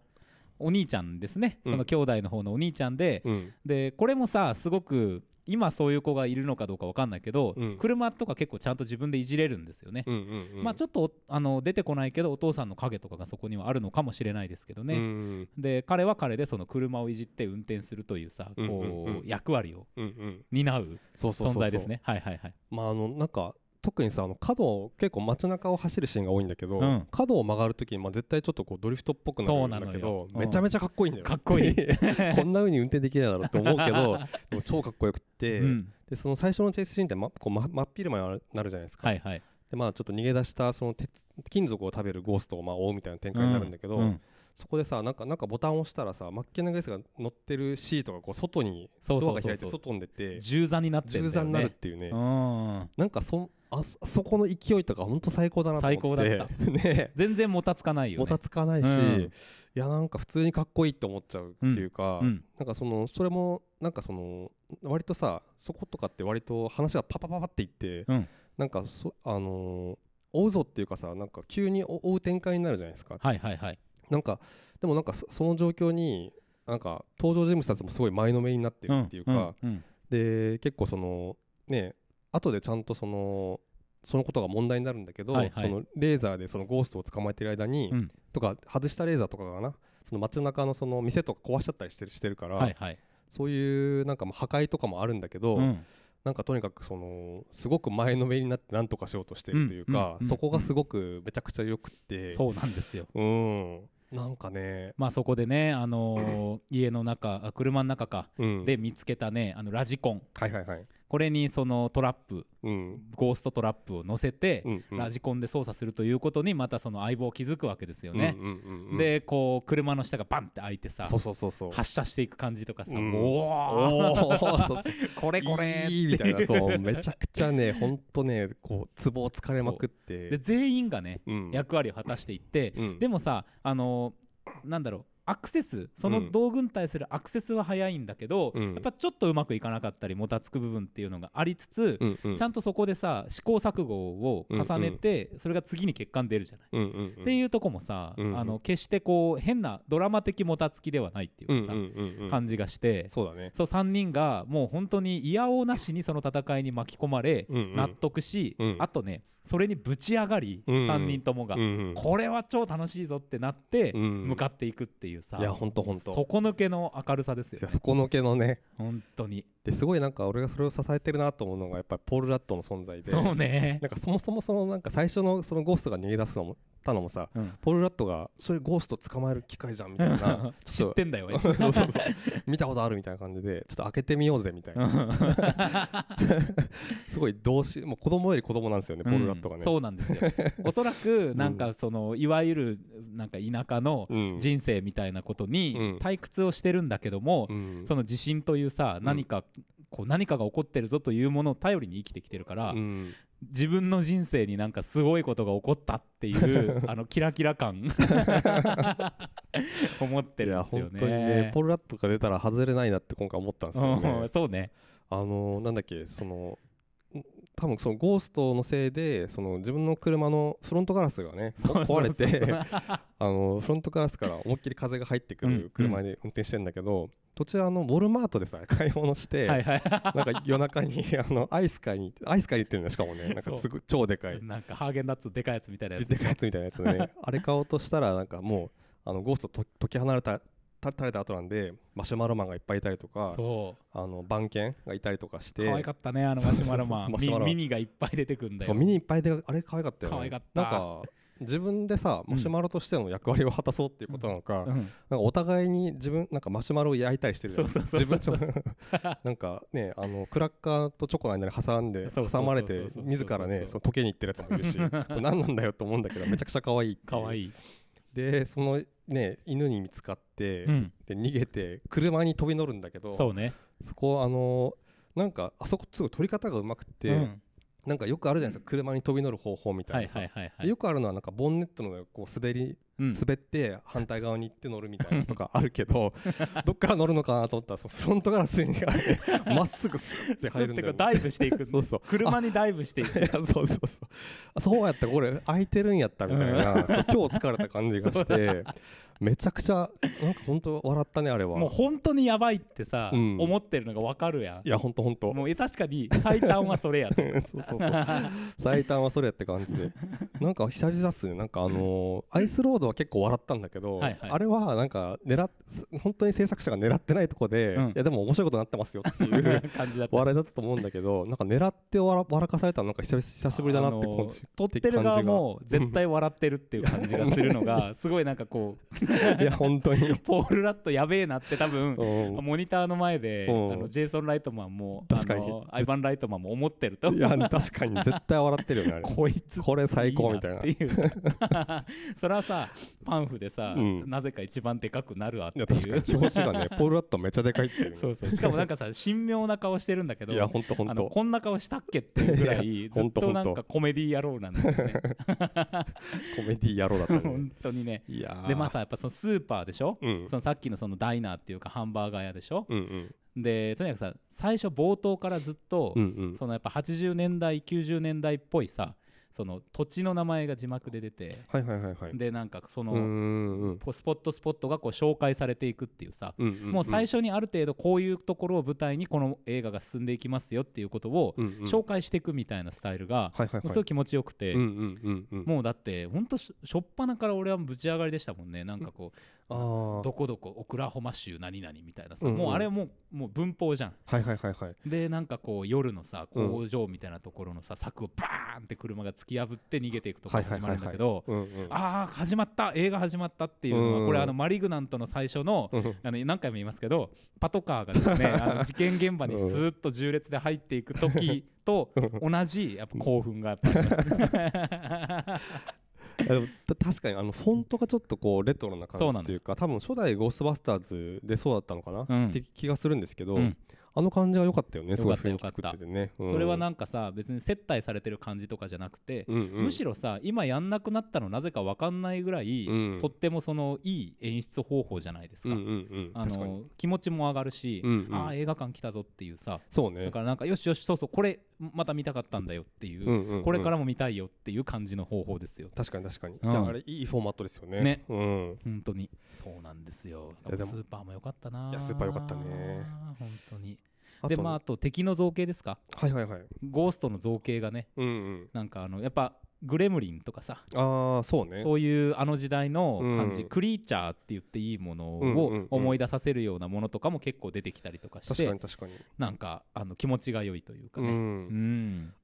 Speaker 1: お兄ちゃんですね、
Speaker 2: うん
Speaker 1: その兄弟の方のお兄ちゃんで、
Speaker 2: うん
Speaker 1: でこれもさすごく今そういう子がいるのかどうかわかんないけど、
Speaker 2: うん
Speaker 1: 車とか結構ちゃんと自分でいじれるんですよね、
Speaker 2: うんうんうん
Speaker 1: まあちょっとおあの出てこないけどお父さんの影とかがそこにはあるのかもしれないですけどね、
Speaker 2: うん
Speaker 1: で彼は彼でその車をいじって運転するというさこう、
Speaker 2: うんうんうん
Speaker 1: 役割を
Speaker 2: うんうん
Speaker 1: 担う
Speaker 2: そうそうそう
Speaker 1: 存
Speaker 2: そう
Speaker 1: 在ですねはいはい はい
Speaker 2: まああのなんか特にさあの角を結構街中を走るシーンが多いんだけど、
Speaker 1: うん
Speaker 2: 角を曲がるときに、まあ、絶対ちょっとこうドリフトっぽくな
Speaker 1: そ
Speaker 2: る
Speaker 1: うんなの
Speaker 2: だ
Speaker 1: よ
Speaker 2: けど、
Speaker 1: うん
Speaker 2: めちゃめちゃかっこいいんだよ
Speaker 1: かっこいい
Speaker 2: こんな風に運転できないだろうと思う けどでも超かっこよくって、
Speaker 1: うん、
Speaker 2: でその最初のチェイスシーンって、ま、こうま真っ昼間になるじゃないですか、
Speaker 1: はいはい
Speaker 2: でまあちょっと逃げ出したその鉄金属を食べるゴーストをまあ追うみたいな展開になるんだけど、
Speaker 1: ううん
Speaker 2: そこでさなんかなんかボタンを押したらさマッケンナガイスが乗ってるシートがこう外に
Speaker 1: そう
Speaker 2: ド
Speaker 1: そ
Speaker 2: ア
Speaker 1: う
Speaker 2: が
Speaker 1: そ
Speaker 2: 開
Speaker 1: う
Speaker 2: いて
Speaker 1: そう
Speaker 2: 外に出て
Speaker 1: 重座になってんだよ
Speaker 2: 十
Speaker 1: ね
Speaker 2: 座になるっていうね、
Speaker 1: うん
Speaker 2: なんかそんあそそこの勢いとかほんと最高だなと思って
Speaker 1: 最高だっ
Speaker 2: ね
Speaker 1: 全然もたつかないよね
Speaker 2: もたつかないし、
Speaker 1: うん
Speaker 2: いやなんか普通にかっこいいって思っちゃうっていうか、
Speaker 1: うん
Speaker 2: なんかそのそれもなんかその割とさそことかって割と話がパパパパっていって、
Speaker 1: うん
Speaker 2: なんかそあのー追うぞっていうかさなんか急に追追う展開になるじゃないですか
Speaker 1: はいはいはい
Speaker 2: なんかでもなんかそその状況になんか登場人物たちもすごい前のめりになってるっていうか、
Speaker 1: うんうん
Speaker 2: で結構そのね後でちゃんとそのそのことが問題になるんだけど、
Speaker 1: はいはい
Speaker 2: そのレーザーでそのゴーストを捕まえてる間に、
Speaker 1: うん
Speaker 2: とか外したレーザーとかがなその街中のその店とか壊しちゃったりしてるしてるから、
Speaker 1: うんはいはい
Speaker 2: そういうなんかまあ破壊とかもあるんだけど、
Speaker 1: うん
Speaker 2: なんかとにかくそのすごく前のめりになってなんとかしようとしてるという
Speaker 1: うんうん
Speaker 2: か、
Speaker 1: うん
Speaker 2: そこがすごくめちゃくちゃよくって
Speaker 1: そうなんですよ
Speaker 2: うんなんかね、
Speaker 1: まあそこでねあの ー家の中あ車の中か
Speaker 2: うん、
Speaker 1: で見つけたねあのラジコン
Speaker 2: はいはいはい、
Speaker 1: これにそのトラップ
Speaker 2: うん
Speaker 1: ゴーストトラップを乗せて
Speaker 2: うんうん、
Speaker 1: ラジコンで操作するということにまたその相棒を築くわけですよね
Speaker 2: うんうんうんうん、
Speaker 1: でこう車の下がバンって開いてさ
Speaker 2: そうそうそうそう
Speaker 1: 発射していく感じとかさ、
Speaker 2: うん
Speaker 1: おお
Speaker 2: ーそうそう
Speaker 1: これこれ
Speaker 2: いいみたいな
Speaker 1: っていう
Speaker 2: そうめちゃくちゃねほんとねこうツボをつかれまくっ
Speaker 1: で
Speaker 2: て
Speaker 1: 全員がね
Speaker 2: うん
Speaker 1: 役割を果たしていって、
Speaker 2: うん
Speaker 1: でもさあのーなんだろうアクセスその同軍隊するアクセスは早いんだけど、
Speaker 2: うん
Speaker 1: やっぱちょっとうまくいかなかったりもたつく部分っていうのがありつつ、
Speaker 2: うんうん
Speaker 1: ちゃんとそこでさ試行錯誤を重ねて、それが次に結果に出るじゃない。
Speaker 2: うんうんうん
Speaker 1: っていうとこもさ、
Speaker 2: うんうん
Speaker 1: あの決してこう変なドラマ的もたつきではないっていうかさ、
Speaker 2: うんうんうんうん
Speaker 1: 感じがして
Speaker 2: そうだね
Speaker 1: そう3人がもう本当にいやおうなしにその戦いに巻き込まれ、
Speaker 2: うんうん
Speaker 1: 納得し、
Speaker 2: うん
Speaker 1: あとねそれにぶち上がり、
Speaker 2: うんうん
Speaker 1: 3人ともが、
Speaker 2: うんうん
Speaker 1: これは超楽しいぞってなって、
Speaker 2: うん
Speaker 1: 向かっていくっていうさ
Speaker 2: いやほんとほんと
Speaker 1: 底抜けの明るさですよ
Speaker 2: いや
Speaker 1: ね
Speaker 2: そこのけのね
Speaker 1: 本当に
Speaker 2: ですごいなんか俺がそれを支えてるなと思うのがやっぱりポール・ラットの存在で
Speaker 1: そうね
Speaker 2: なんかそもそもそのなんか最初のそのゴーストが逃げ出すのもたのもさ
Speaker 1: うん
Speaker 2: ポール・ラットがそれゴースト捕まえる機会じゃんみたいな
Speaker 1: 知
Speaker 2: ちょ
Speaker 1: っ
Speaker 2: っと
Speaker 1: てんだよ あいつ
Speaker 2: そうそうそう見たことあるみたいな感じでちょっと開けてみようぜみたいなすごい同志もう子供より子供なんですよね、ポール・ラットが
Speaker 1: うん
Speaker 2: ね。
Speaker 1: そうなんですよおそらくなんかそのいわゆるなんか田舎の
Speaker 2: うん
Speaker 1: 人生みたいなこと
Speaker 2: うん
Speaker 1: に退屈をしてるんだけども、
Speaker 2: うん
Speaker 1: その地震というさ
Speaker 2: うん
Speaker 1: 何か、こう何かが起こってるぞというものを頼りに生きてきてるから、
Speaker 2: うん
Speaker 1: 自分の人生になんかすごいことが起こったっていう あのキラキラ感思って
Speaker 2: い
Speaker 1: るん
Speaker 2: や
Speaker 1: ですよ
Speaker 2: 本
Speaker 1: ね。
Speaker 2: 当にね、ポール・ラットが出たら外れないなって今回思ったんですけど
Speaker 1: うん
Speaker 2: ね、
Speaker 1: そうね。
Speaker 2: あのなんだっけ、そのん多分そのゴーストのせいで、その自分の車のフロントガラスがね、こ
Speaker 1: そうそうそう
Speaker 2: 壊 れて、あのフロントガラスから思いっきり風が入ってく
Speaker 1: うん
Speaker 2: る車で運転してんだけど、途中、あのウォルマートでさ、買い物して、
Speaker 1: はいはい。
Speaker 2: なんか夜中に あのアイス買いに、アイス買いに行ってるんだ、しかもね、なんかすごい超でかい。
Speaker 1: なんかハーゲンダッツのでかいやつみたいなやつ
Speaker 2: でかいやつみたいなやつねあれ買おうとしたらなんかもうあのゴーストと解き放たれた垂れた後なんでマシュマロマンがいっぱいいたりとか
Speaker 1: そう
Speaker 2: あの番犬がいたりとかして
Speaker 1: 可愛かったねあのマシュマロマン
Speaker 2: そうそうそうマシュマロマン
Speaker 1: ミミニがいっぱい出てくんだよ
Speaker 2: そうミニいっぱいであれ可愛かったよね
Speaker 1: 可愛かった
Speaker 2: なんか自分でさマシュマロとしての役割を果たそうっていうことなのか、
Speaker 1: うん
Speaker 2: なんかお互いに自分なんかマシュマロを焼いたりしてるじゃん
Speaker 1: そうそうそうそう
Speaker 2: 自分 なんかねあのクラッカーとチョコの間に挟んで
Speaker 1: そうそうそうそう
Speaker 2: 挟まれ
Speaker 1: そ
Speaker 2: て
Speaker 1: うそうそう
Speaker 2: 自らねその溶けに行ってるやつもいる しこれ何なんだよと思うんだけどめちゃくちゃ可愛いっていう
Speaker 1: 可愛いい
Speaker 2: でそのね犬に見つかって、
Speaker 1: うん
Speaker 2: で逃げて車に飛び乗るんだけど
Speaker 1: そうね
Speaker 2: そこあのなんかあそこすごい取り方がうまくて、
Speaker 1: うん
Speaker 2: なんかよくあるじゃないですか車に飛び乗る方法みた
Speaker 1: はいい
Speaker 2: なさ、
Speaker 1: はいはいは
Speaker 2: で
Speaker 1: い
Speaker 2: よくあるのはなんかボンネットのこう滑り
Speaker 1: うん
Speaker 2: 滑って反対側に行って乗るみたいなとかある けどどっから乗るのかなと思ったらそのフロントガラスにあれまっすぐスッて入るん
Speaker 1: スッて
Speaker 2: だ
Speaker 1: こ
Speaker 2: よ
Speaker 1: うダイブしていくんだ
Speaker 2: そうそう
Speaker 1: 車にダイブしていく
Speaker 2: いやそうそうそうあそうやった俺空いてるんやったみたいな、そう超疲れた感じ がしてめちゃくちゃなんか本当笑ったねあれは
Speaker 1: もう本当にやばいってさ、
Speaker 2: うん
Speaker 1: 思ってるのが分かるやん
Speaker 2: いや本当本当
Speaker 1: もうえ確かに最短はそれやと
Speaker 2: そうそうそう最短はそれやって感じでなんか久々っすねなんかあのーアイスロードは結構笑ったんだけど、
Speaker 1: はいはい
Speaker 2: あれはなんか狙っ本当に制作者が狙ってないとこで、
Speaker 1: うん
Speaker 2: いやでも面白いことになってますよって いう
Speaker 1: 感じだった
Speaker 2: 笑いだったと思うんだけどなんか狙って笑笑かされたのなんか久々久しぶりだなって
Speaker 1: あの
Speaker 2: こう
Speaker 1: 撮ってる側も絶対笑ってるっていう感じがするのがすごいなんかこう
Speaker 2: いや本当に、
Speaker 1: ポール・ラットやべえなって多分
Speaker 2: うん
Speaker 1: モニターの前であ
Speaker 2: うん
Speaker 1: のジェイソン・ライトマンもあ
Speaker 2: 確かに
Speaker 1: のアイバン・ライトマンも思ってると思
Speaker 2: いうや確かに絶対笑ってるよねあれ
Speaker 1: こいつ
Speaker 2: これ最高みたいな
Speaker 1: っていうさ それはさパンフでさ、
Speaker 2: うん
Speaker 1: なぜか一番でかくなるわってい
Speaker 2: いや確か
Speaker 1: う
Speaker 2: に表 紙がねポール・ラットめっちゃでかいっていうね
Speaker 1: そうそうしかもなんかさ神妙な顔してるんだけど
Speaker 2: いや本当
Speaker 1: あ
Speaker 2: 本
Speaker 1: の
Speaker 2: 当
Speaker 1: こんな顔したっけっていうぐら
Speaker 2: い
Speaker 1: い
Speaker 2: や
Speaker 1: ずっ
Speaker 2: ほんとほ
Speaker 1: と
Speaker 2: ん
Speaker 1: な
Speaker 2: と
Speaker 1: んかコメディ野郎なんですよ ね
Speaker 2: コメディ野郎だったね
Speaker 1: 本当にね
Speaker 2: いやー
Speaker 1: でまあさやっぱそのスーパーでしょ、
Speaker 2: うん
Speaker 1: そのさっきのそのダイナーっていうかハンバーガー屋でしょ、
Speaker 2: うんうん
Speaker 1: でとにかくさ最初冒頭からずっと、
Speaker 2: うんうん
Speaker 1: そのやっぱ80年代90年代っぽいさその土地の名前が字幕で出て、
Speaker 2: はいはいはいはい
Speaker 1: でなんかその、
Speaker 2: うんうんうん
Speaker 1: こうスポットスポットがこう紹介されていくっていうさ、
Speaker 2: うんうん
Speaker 1: もう最初にある程度こういうところを舞台にこの映画が進んでいきますよっていうことを
Speaker 2: うんうん
Speaker 1: 紹介していくみたいなスタイルが、
Speaker 2: はいはいはい
Speaker 1: もうすごい気持ちよくて、
Speaker 2: うんうんうんうん
Speaker 1: もうだってほんとししょっぱなから俺はぶち上がりでしたもんねなんかこう、
Speaker 2: あー
Speaker 1: どこどこオクラホマ州何々みたいなさ、
Speaker 2: うんうん
Speaker 1: もうあれもうもう文法じゃん
Speaker 2: はいはいはいはい
Speaker 1: でなんかこう夜のさ
Speaker 2: うん
Speaker 1: 工場みたいなところのさ、柵をバーンって車が突き破って逃げていくとこ
Speaker 2: は
Speaker 1: ろ始
Speaker 2: いはい
Speaker 1: まる
Speaker 2: はい
Speaker 1: んだ
Speaker 2: は
Speaker 1: け
Speaker 2: い
Speaker 1: ど、
Speaker 2: うんうん
Speaker 1: ああ始まった映画始まったっていうのは、
Speaker 2: うん
Speaker 1: これあのマリグナントの最初の、
Speaker 2: うん
Speaker 1: あの何回も言いますけどパトカーが ですねあの事件現場にスーッと縦列で入っていく時と同じやっぱ興奮があったりして
Speaker 2: いやでもた確かにあのフォントがちょっとこうレトロな
Speaker 1: そうな
Speaker 2: 感じ
Speaker 1: の
Speaker 2: っていうか多分初代ゴーストバスターズでそうだったのかな、
Speaker 1: うん
Speaker 2: って気がするんですけど、
Speaker 1: うん
Speaker 2: あの感じは良かったよねすご
Speaker 1: 良かっ
Speaker 2: い
Speaker 1: た
Speaker 2: 雰囲気作っててね、うん
Speaker 1: それはなんかさ別に接待されてる感じとかじゃなくて、
Speaker 2: うんうん
Speaker 1: むしろさ今やんなくなったのなぜか分かんないぐらい、
Speaker 2: うん
Speaker 1: とってもそのいい演出方法じゃないです
Speaker 2: うん
Speaker 1: か。
Speaker 2: うんうん
Speaker 1: あ
Speaker 2: 確かに
Speaker 1: の気持ちも上がるし、
Speaker 2: うんうん
Speaker 1: ああ映画館来たぞっていうさ
Speaker 2: そうね
Speaker 1: だからなんかよしよしそうそうこれまた見たかったんだよっていう,、
Speaker 2: うんうんうん
Speaker 1: これからも見たいよっていう感じの方法ですよ
Speaker 2: 確かに確かに、
Speaker 1: うん
Speaker 2: いやあれいいフォーマットですよね
Speaker 1: ね
Speaker 2: うん
Speaker 1: 本当にそうなんですよ
Speaker 2: いやでも
Speaker 1: スーパーも良かったない
Speaker 2: やスーパー良かったね
Speaker 1: 本当に
Speaker 2: あ
Speaker 1: で
Speaker 2: と
Speaker 1: まああと敵の造形ですか
Speaker 2: はいはいはい
Speaker 1: ゴーストの造形がね
Speaker 2: うんうん
Speaker 1: なんかあのやっぱグレムリンとかさ
Speaker 2: ああそうね
Speaker 1: そういうあの時代の感じ、
Speaker 2: うん
Speaker 1: クリーチャーって言っていいもの
Speaker 2: うんうんう
Speaker 1: を
Speaker 2: ん
Speaker 1: 思い出させるようなものとかも結構出てきたりとかして
Speaker 2: 確かに確かに、
Speaker 1: なんかあの気持ちが良いというか
Speaker 2: う
Speaker 1: ね、うん
Speaker 2: ん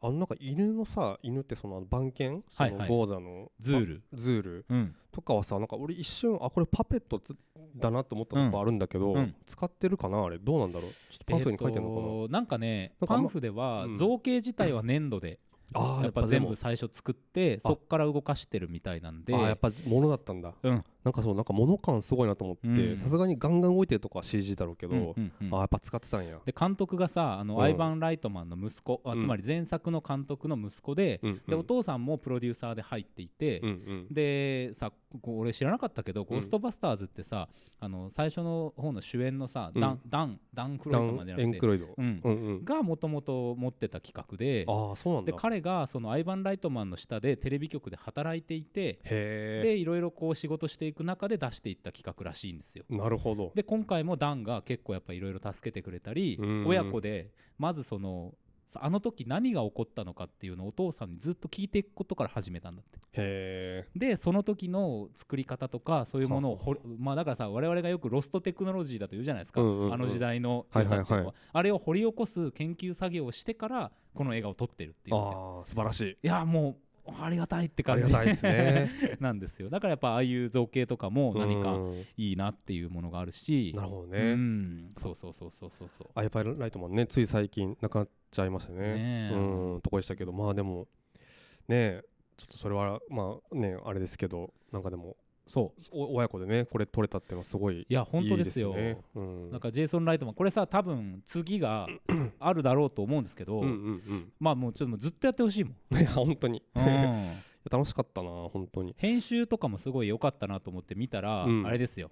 Speaker 2: あのなんか犬のさ犬ってそのあの番犬そ
Speaker 1: はい
Speaker 2: の
Speaker 1: はい
Speaker 2: ゴーザの
Speaker 1: ズール
Speaker 2: あズール
Speaker 1: うん、
Speaker 2: とかはさなんか俺一瞬あこれパペットつだなと思ったとこあるんだけど、
Speaker 1: うんうん
Speaker 2: 使ってるかなあれどうなんだろうちょっとパンフに書いてるのかな、
Speaker 1: えーとなんかね
Speaker 2: なん
Speaker 1: パ
Speaker 2: かあんま
Speaker 1: ンフでは
Speaker 2: うん
Speaker 1: 造形自体は粘土で、
Speaker 2: ああ
Speaker 1: やっぱ
Speaker 2: で
Speaker 1: 全
Speaker 2: も
Speaker 1: 部最初作ってそっから動かしてるみたいなんで
Speaker 2: あーやっぱ物だったんだ
Speaker 1: うん
Speaker 2: なんかそうなんか物感すごいなと思っ
Speaker 1: うん
Speaker 2: てさすがにガンガン動いてるとこは CG だろうけど、
Speaker 1: うんうんうん
Speaker 2: あーやっぱ使ってたんや
Speaker 1: で監督がさあの、
Speaker 2: うん
Speaker 1: アイバン・ライトマンの息子あ
Speaker 2: うん
Speaker 1: つまり前作の監督の息子で,、
Speaker 2: うんうん
Speaker 1: でお父さんもプロデューサーで入っていて、
Speaker 2: うんうん
Speaker 1: でさこう俺知らなかったけど「
Speaker 2: うん
Speaker 1: ゴーストバスターズ」ってさあの最初の方の主演のさ、ダン
Speaker 2: う
Speaker 1: ダンダン・クロ
Speaker 2: ダ
Speaker 1: イトマンじ
Speaker 2: ン
Speaker 1: ゃ
Speaker 2: エ
Speaker 1: な
Speaker 2: ン
Speaker 1: く
Speaker 2: ク
Speaker 1: て、
Speaker 2: ロイド
Speaker 1: うん
Speaker 2: うんうん
Speaker 1: がもともと持ってた企画で
Speaker 2: ああそうなん
Speaker 1: で
Speaker 2: だ
Speaker 1: 彼がそのアイバン・ライトマンの下でテレビ局で働いていて
Speaker 2: へ
Speaker 1: でいろいろこう仕事していく中で出していった企画らしいんですよ。
Speaker 2: えなるほど
Speaker 1: で今回もダンが結構やっぱいろいろ助けてくれたり
Speaker 2: うん
Speaker 1: 親子でまずそのさあの時何が起こったのかっていうのをお父さんにずっと聞いていくことから始めたんだって。
Speaker 2: へえ
Speaker 1: でその時の作り方とかそういうものをほりまあだからさ我々がよくロストテクノロジーだと言うじゃないですか、
Speaker 2: うんうんうん
Speaker 1: あの時代の
Speaker 2: はいはいはい
Speaker 1: 良さってうのあれを掘り起こす研究作業をしてからこの映画を撮ってるってい
Speaker 2: あ
Speaker 1: う
Speaker 2: あ
Speaker 1: んですよ。
Speaker 2: ー素晴らしい
Speaker 1: いやもうありがたいって
Speaker 2: あ
Speaker 1: 感
Speaker 2: り
Speaker 1: じ
Speaker 2: がたいですね
Speaker 1: なんですよだからやっぱああいう造形とかも 何
Speaker 2: う
Speaker 1: か
Speaker 2: ん
Speaker 1: いいなっていうものがあるし
Speaker 2: なるほど
Speaker 1: う
Speaker 2: ね
Speaker 1: んそうそうそうそうそうそう
Speaker 2: アイパイライトマンねつい最近なくなっちゃいましたね
Speaker 1: ねえ
Speaker 2: うんとこでしたけどまあでもねえちょっとそれはまあねあれですけどなんかでも
Speaker 1: そう
Speaker 2: お親子でねこれ取れたっていうのはすごい
Speaker 1: い
Speaker 2: い
Speaker 1: や本当ですよ
Speaker 2: いねうん
Speaker 1: なんかジェイソン・ライトマンこれさ多分次があるだろうと思うんですけど、
Speaker 2: うんうん
Speaker 1: まあもうちょっともうずっとやってほしいもん、
Speaker 2: うんいや本当に
Speaker 1: うん
Speaker 2: いや楽しかったな本当に
Speaker 1: 編集とかもすごい良かったなと思って見たら、
Speaker 2: うん
Speaker 1: あれですよ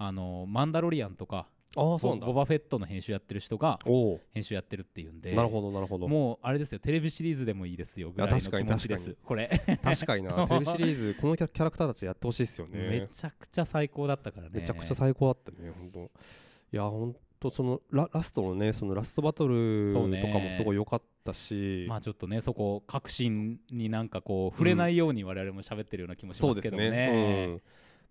Speaker 1: あのマンダロリアンとか
Speaker 2: ああ
Speaker 1: ボボバフェットの編集やってる人が
Speaker 2: おお
Speaker 1: 編集やってるっていうんで
Speaker 2: なるほどなるほど
Speaker 1: もうあれですよテレビシリーズでもいいですよぐらいの気
Speaker 2: 確かに
Speaker 1: 持ちで
Speaker 2: 確
Speaker 1: すこれ、
Speaker 2: 確かになテレビシリーズこのキャラキャラクターたちやってほしいですよね
Speaker 1: めちゃくちゃ最高だったからね
Speaker 2: めちゃくちゃ最高だったね本当いや本当そのララストのねそのラストバトル
Speaker 1: そうね
Speaker 2: とかもすごい良かったし、
Speaker 1: まあちょっとねそこ革新になんかこう触れないように我々も喋ってるような気もし
Speaker 2: そ
Speaker 1: ま
Speaker 2: う
Speaker 1: す
Speaker 2: で
Speaker 1: け
Speaker 2: す
Speaker 1: ども
Speaker 2: ね
Speaker 1: ね
Speaker 2: うん、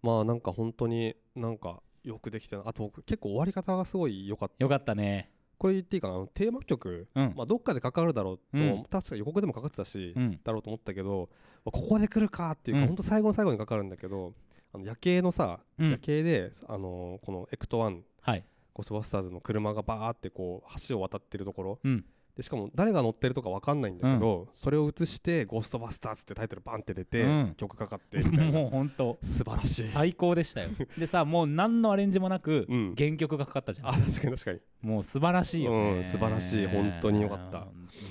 Speaker 2: まあなんか本当になんかよくできてなあと結構終わり方がすごい良かった
Speaker 1: よかったね
Speaker 2: これ言っていいかなテーマ曲、
Speaker 1: うん、
Speaker 2: まあ、どっかでかかるだろうと、
Speaker 1: うん
Speaker 2: 確か予告でもかかってたし、
Speaker 1: うん
Speaker 2: だろうと思ったけどまあここで来るかっていうか、
Speaker 1: うん
Speaker 2: ほんと最後の最後にかかるんだけどあの夜景のさ、
Speaker 1: うん
Speaker 2: 夜景で、あのーこのエクトワン
Speaker 1: はい
Speaker 2: ゴーストバスターズの車がバーってこう橋を渡ってるところ
Speaker 1: うん
Speaker 2: でしかも誰が乗ってるとかわかんないんだけど、それを映して「ゴーストバスターズ」ってタイトルバンって出て、
Speaker 1: うん
Speaker 2: 曲かかってみたいな
Speaker 1: もうほんと
Speaker 2: 素晴らしい、
Speaker 1: 最高でしたよでさもう何のアレンジもなく
Speaker 2: うん、
Speaker 1: 原曲がかかったじゃ
Speaker 2: あ
Speaker 1: ん
Speaker 2: 確かに確かに
Speaker 1: もう素晴らしいよね、
Speaker 2: うん素晴らしい本当によかった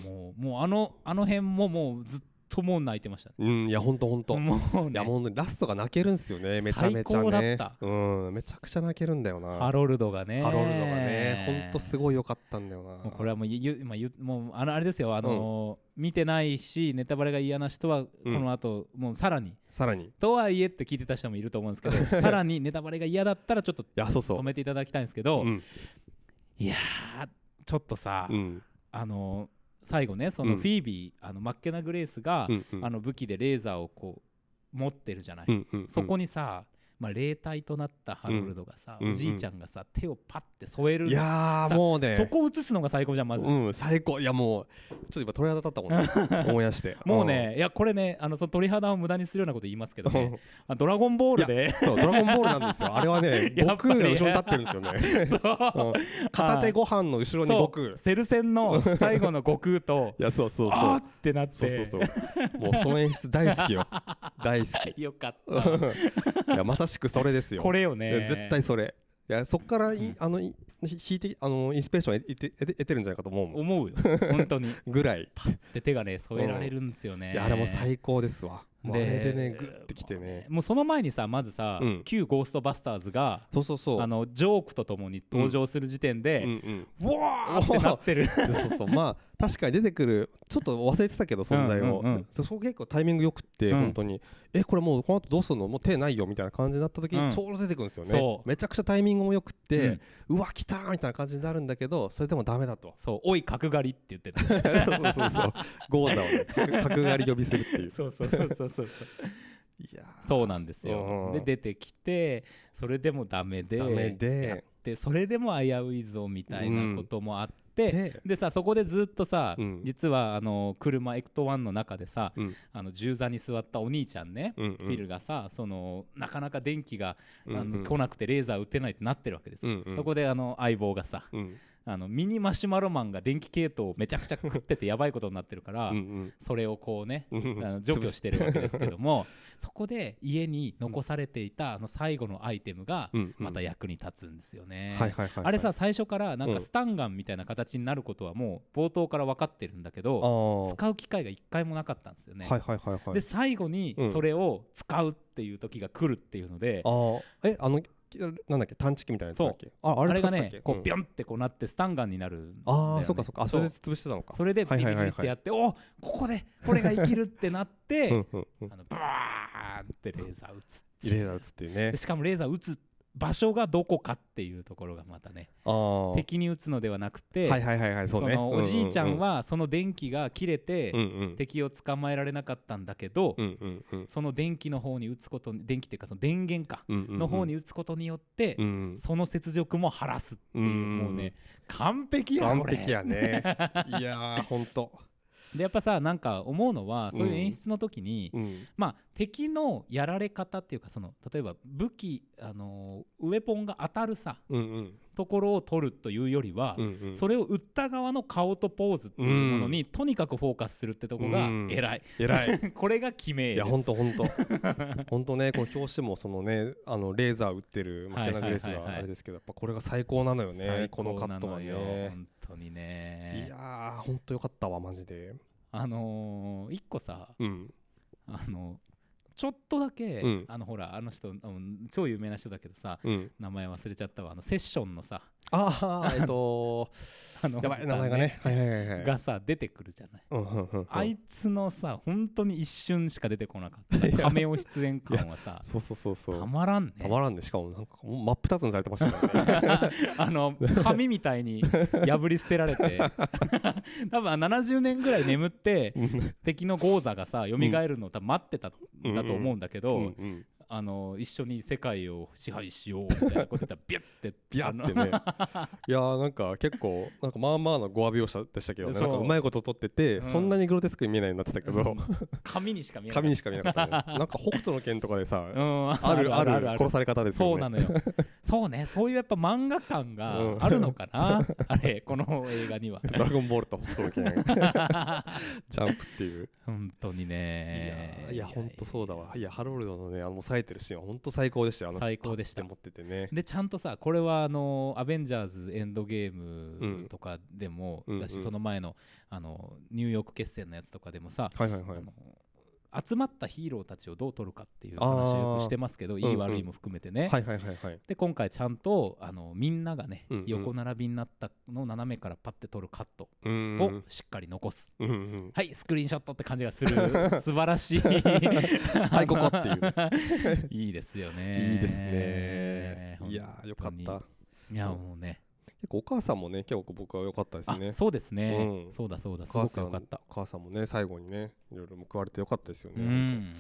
Speaker 1: うんもうもうあのあの辺ももうずっともう泣いてましたね
Speaker 2: うんいやほんとほんと、
Speaker 1: もう
Speaker 2: い
Speaker 1: ね
Speaker 2: やもうねラストが泣けるんすよねめちゃめちゃ
Speaker 1: 最高だっ
Speaker 2: ね
Speaker 1: た
Speaker 2: うんめちゃくちゃ泣けるんだよな
Speaker 1: ハロルドがね
Speaker 2: ハロルドがねほんとすごい良かったんだよな
Speaker 1: もうこれはもうゆ、ゆまあ、ゆもうあのあれですよ、あのー見てないしネタバレが嫌な人はこの後、もうさらに
Speaker 2: さらにい
Speaker 1: とはいえって聞いてた人もいると思うんですけ どさらにネタバレが嫌だったらちょっと
Speaker 2: やそうそう
Speaker 1: 止めていただきたいんですけど、
Speaker 2: うん
Speaker 1: いやーちょっとさ、
Speaker 2: うん
Speaker 1: あのー最後ねその
Speaker 2: うん
Speaker 1: フィービー、あのマッケナ・グレースが、
Speaker 2: うんうん
Speaker 1: あの武器でレーザーをこう持ってるじゃない、
Speaker 2: うんうん
Speaker 1: そこにさ、まあ、霊体となったハロルドがさ、
Speaker 2: うん
Speaker 1: おじいちゃんがさ手をパッて添える
Speaker 2: いや
Speaker 1: さ
Speaker 2: ーもうね
Speaker 1: そこを映すのが最高じゃんまず、
Speaker 2: うん最高いやもうちょっと今鳥肌立ったもん ね思い出して
Speaker 1: もうね、いやこれねあのその鳥肌を無駄にするようなこと言いますけど
Speaker 2: うん
Speaker 1: ねあドラゴンボールで
Speaker 2: そうドラゴンボールなんですよあれは ね
Speaker 1: や
Speaker 2: 悟
Speaker 1: っぱり
Speaker 2: 空が後ろに立ってるんですよね
Speaker 1: そう
Speaker 2: うん片手ご飯の後ろに
Speaker 1: そ
Speaker 2: 悟
Speaker 1: う
Speaker 2: 空い
Speaker 1: セル戦の最後の悟空と
Speaker 2: やそう そうそ
Speaker 1: あー
Speaker 2: う
Speaker 1: ってなって
Speaker 2: そうそうそうもうその演出大好 きよ大好き
Speaker 1: よかっ
Speaker 2: いやまさしくそれです
Speaker 1: た
Speaker 2: よ
Speaker 1: これよ
Speaker 2: い
Speaker 1: ね
Speaker 2: や絶対それいやそっからい、
Speaker 1: うん
Speaker 2: あのい引いてあのインスピレーションを得て得て得てるんじゃないかと思うもん
Speaker 1: 思うよ本当に
Speaker 2: ぐらい
Speaker 1: で手がね添えられるんですよね、
Speaker 2: いやあれも最高ですわもうあ
Speaker 1: で
Speaker 2: れでねグッてきてね
Speaker 1: もうその前にさまずさ、
Speaker 2: うん
Speaker 1: 旧ゴーストバスターズが
Speaker 2: そうそうそう
Speaker 1: あのジョークとともに登場する時点で、
Speaker 2: うんうん
Speaker 1: うわーってなってる
Speaker 2: でそうそうまあ確かに出てくるちょっと忘れてたけど存在を、
Speaker 1: うんうんうん
Speaker 2: そそこ結構タイミングよくって、
Speaker 1: うん
Speaker 2: 本当にえこれもうこの後どうするのもう手ないよみたいな感じになった時
Speaker 1: うん
Speaker 2: にちょうど出てくるんですよね、
Speaker 1: そう
Speaker 2: めちゃくちゃタイミングもよくって、うわ来たーみたいな感じになるんだけどそれでもダ メだと
Speaker 1: そう「おい角刈り」って言って た
Speaker 2: そうそうそうゴーザをね角角刈り呼びするっていう
Speaker 1: そうそうそうそうそうそう
Speaker 2: いやー
Speaker 1: そうなんです
Speaker 2: う
Speaker 1: よ
Speaker 2: ん
Speaker 1: で出てきてそれでもダメで
Speaker 2: ダメで
Speaker 1: やってそれでも危ういぞみたいなこともあって、
Speaker 2: で
Speaker 1: でさそこでずっとさ、
Speaker 2: うん
Speaker 1: 実はあの車エクトワンの中でさ
Speaker 2: うん
Speaker 1: あの銃座に座ったお兄ちゃんね、
Speaker 2: うんうん
Speaker 1: ビルがさそのなかなか電気が、あ
Speaker 2: うんう
Speaker 1: の
Speaker 2: ん
Speaker 1: 来なくてレーザー撃てないってなってるわけです
Speaker 2: う
Speaker 1: よ、
Speaker 2: んうん
Speaker 1: そこであの相棒がさ
Speaker 2: うん
Speaker 1: あのミニマシュマロマンが電気系統をめちゃくちゃ食っててやばいことになってるから、
Speaker 2: うん
Speaker 1: それをこうね
Speaker 2: うん
Speaker 1: あの除去してるわけですけども そこで家に残されていたあの最後のアイテムが
Speaker 2: うんうん
Speaker 1: また役に立つんですよね。
Speaker 2: はいはいはいはい
Speaker 1: あれさ最初からなん
Speaker 2: う
Speaker 1: か
Speaker 2: ん
Speaker 1: スタンガンみたいな形になることはもう冒頭から分かってるんだけ
Speaker 2: あ
Speaker 1: ど
Speaker 2: あは
Speaker 1: 使う機会が一回もなかったんですよ
Speaker 2: い
Speaker 1: ね。
Speaker 2: はいはいはい
Speaker 1: で最後に
Speaker 2: うん
Speaker 1: それを使うっていう時が来るっていうので、
Speaker 2: ああえあのきなんだっけ探知機みたいなやつだっけああ
Speaker 1: あ
Speaker 2: れ
Speaker 1: れが
Speaker 2: 使ってたっ
Speaker 1: ね
Speaker 2: け
Speaker 1: こうビ
Speaker 2: ん
Speaker 1: ョンってこうなってスタンガンになるんだよね、
Speaker 2: ああそうかそうかあそれで潰してたのか
Speaker 1: それでビリビリ
Speaker 2: はい
Speaker 1: っ
Speaker 2: はいは
Speaker 1: て
Speaker 2: いは
Speaker 1: や
Speaker 2: い
Speaker 1: って、おここでこれが生きるってなって、
Speaker 2: うんうんうん
Speaker 1: あのブワーンってレーザー撃つって
Speaker 2: レ
Speaker 1: いう
Speaker 2: ーザー打つっていうね
Speaker 1: でしかもレーザー撃つ場所がどこかっていうところがまたね
Speaker 2: ああは
Speaker 1: 敵に撃つのではなくて、
Speaker 2: いはいはいはいそうね
Speaker 1: のおじいちゃんはその電気が切れて、
Speaker 2: うんうん
Speaker 1: 敵を捕まえられなかったんだけど、
Speaker 2: うんうんうん
Speaker 1: その電気の方に撃つこと電気っていうかその電源か、
Speaker 2: うんうん
Speaker 1: の方に撃つことによって、
Speaker 2: うん
Speaker 1: その雪辱も晴らすっていう、
Speaker 2: うん
Speaker 1: もうね完璧やこれ
Speaker 2: 完璧 やねいやーほんと
Speaker 1: でやっぱさなんか思うのはそういう
Speaker 2: うん
Speaker 1: 演出の時に、
Speaker 2: うん
Speaker 1: まあ、敵のやられ方っていうかその例えば武器、あのーウェポンが当たるさ
Speaker 2: うんうん
Speaker 1: ところを取るというよりは、
Speaker 2: うんうん
Speaker 1: それを打った側の顔とポーズっていうものに、とにかくフォーカスするってとこが
Speaker 2: うん
Speaker 1: 偉い、
Speaker 2: 偉い
Speaker 1: これが決め
Speaker 2: い
Speaker 1: で
Speaker 2: や
Speaker 1: す
Speaker 2: ほんとほ んとほんとねこの表紙もそのねあのレーザー打ってるマ
Speaker 1: はい
Speaker 2: テ
Speaker 1: は
Speaker 2: ナ
Speaker 1: い
Speaker 2: グ
Speaker 1: はいはい
Speaker 2: レスがあれですけどやっぱこれが最高なのよね
Speaker 1: 最
Speaker 2: こ
Speaker 1: 高
Speaker 2: のカットが
Speaker 1: なのよ
Speaker 2: ね
Speaker 1: 本当に
Speaker 2: い
Speaker 1: ね
Speaker 2: やーほんとよかったわマジで
Speaker 1: あのー一個さ
Speaker 2: うん
Speaker 1: あのちょっとだけ、
Speaker 2: うん
Speaker 1: あのほらあの人、うん超有名な人だけどさ
Speaker 2: うん、
Speaker 1: 名前忘れちゃったわあのセッションのさ
Speaker 2: ああえ っと
Speaker 1: あの
Speaker 2: やば
Speaker 1: おじ
Speaker 2: い
Speaker 1: さ
Speaker 2: 名
Speaker 1: ん
Speaker 2: 前がねはいはいはいはい
Speaker 1: がさ出てくるじゃない
Speaker 2: うんうんうんうん
Speaker 1: あいつのさ本当に一瞬しか出てこなかっ
Speaker 2: い
Speaker 1: た
Speaker 2: や
Speaker 1: 亀尾出演感はさ
Speaker 2: そうそうそうそう
Speaker 1: たまらんね
Speaker 2: たまらんねしかもなんかもう真っ二つにされてましたからね
Speaker 1: あの紙みたいに破り捨てられ て多分70年ぐらい眠って敵のゴーザがさ蘇るのを多分待ってたんだと思うんだけど、
Speaker 2: うんうん
Speaker 1: あの一緒に世界を支配しようみたいなこと言ったらビュッて
Speaker 2: ビャってね いやーなんか結構なんかまあまあのご詫びをしたでしたけどね
Speaker 1: そ
Speaker 2: な
Speaker 1: うん
Speaker 2: かうまいこと撮ってて
Speaker 1: うん
Speaker 2: そんなにグロテスクに見えないようになってたけ
Speaker 1: あの
Speaker 2: ど
Speaker 1: 紙にしか見えない
Speaker 2: 紙にしか見えなかっ たねなんか北斗の拳とかでさ
Speaker 1: うん、
Speaker 2: あるある殺され方ですよね
Speaker 1: そうなのよそうねそういうやっぱ漫画感が
Speaker 2: うん
Speaker 1: あるのか な、あれこの映画には
Speaker 2: ドラゴンボールと北斗の拳ジャンプっていう、
Speaker 1: 本当にね
Speaker 2: いやいやほんとそうだわいやハロルドのねあの冴えてるシーンはほんと最高でしたよあの
Speaker 1: 最高でした
Speaker 2: パッて持っててね
Speaker 1: でちゃんとさこれはあの「アベンジャーズエンドゲーム
Speaker 2: ん」
Speaker 1: とかでも
Speaker 2: うんうん
Speaker 1: だし、その前のあのニューヨーク決戦のやつとかでもさ、
Speaker 2: はいはいはい
Speaker 1: あの集まったヒーローたちをどう取るかっていう
Speaker 2: あー
Speaker 1: 話をよくしてますけどい
Speaker 2: うん
Speaker 1: い
Speaker 2: うん
Speaker 1: 悪いも含めてね、
Speaker 2: はいはいはいはい
Speaker 1: で今回ちゃんとあのみんながね、
Speaker 2: うんうん
Speaker 1: 横並びになったのを斜めからパッて取るカット
Speaker 2: うーん
Speaker 1: をしっかり残す、
Speaker 2: うんうん
Speaker 1: はいスクリーンショットって感じが する素晴らしい
Speaker 2: はいここっていうね
Speaker 1: いいですよね
Speaker 2: いいですねいや
Speaker 1: 本当
Speaker 2: ーよかっ
Speaker 1: に
Speaker 2: た
Speaker 1: いやもうね
Speaker 2: 結構お母さんもね結構僕は良かったですね
Speaker 1: あそうですね、
Speaker 2: うん
Speaker 1: そうだそうだ
Speaker 2: お
Speaker 1: すご
Speaker 2: 母
Speaker 1: く
Speaker 2: さん
Speaker 1: 良かった
Speaker 2: お母さんもね最後にねいろいろ報われて良かったですよ
Speaker 1: う
Speaker 2: ね
Speaker 1: ん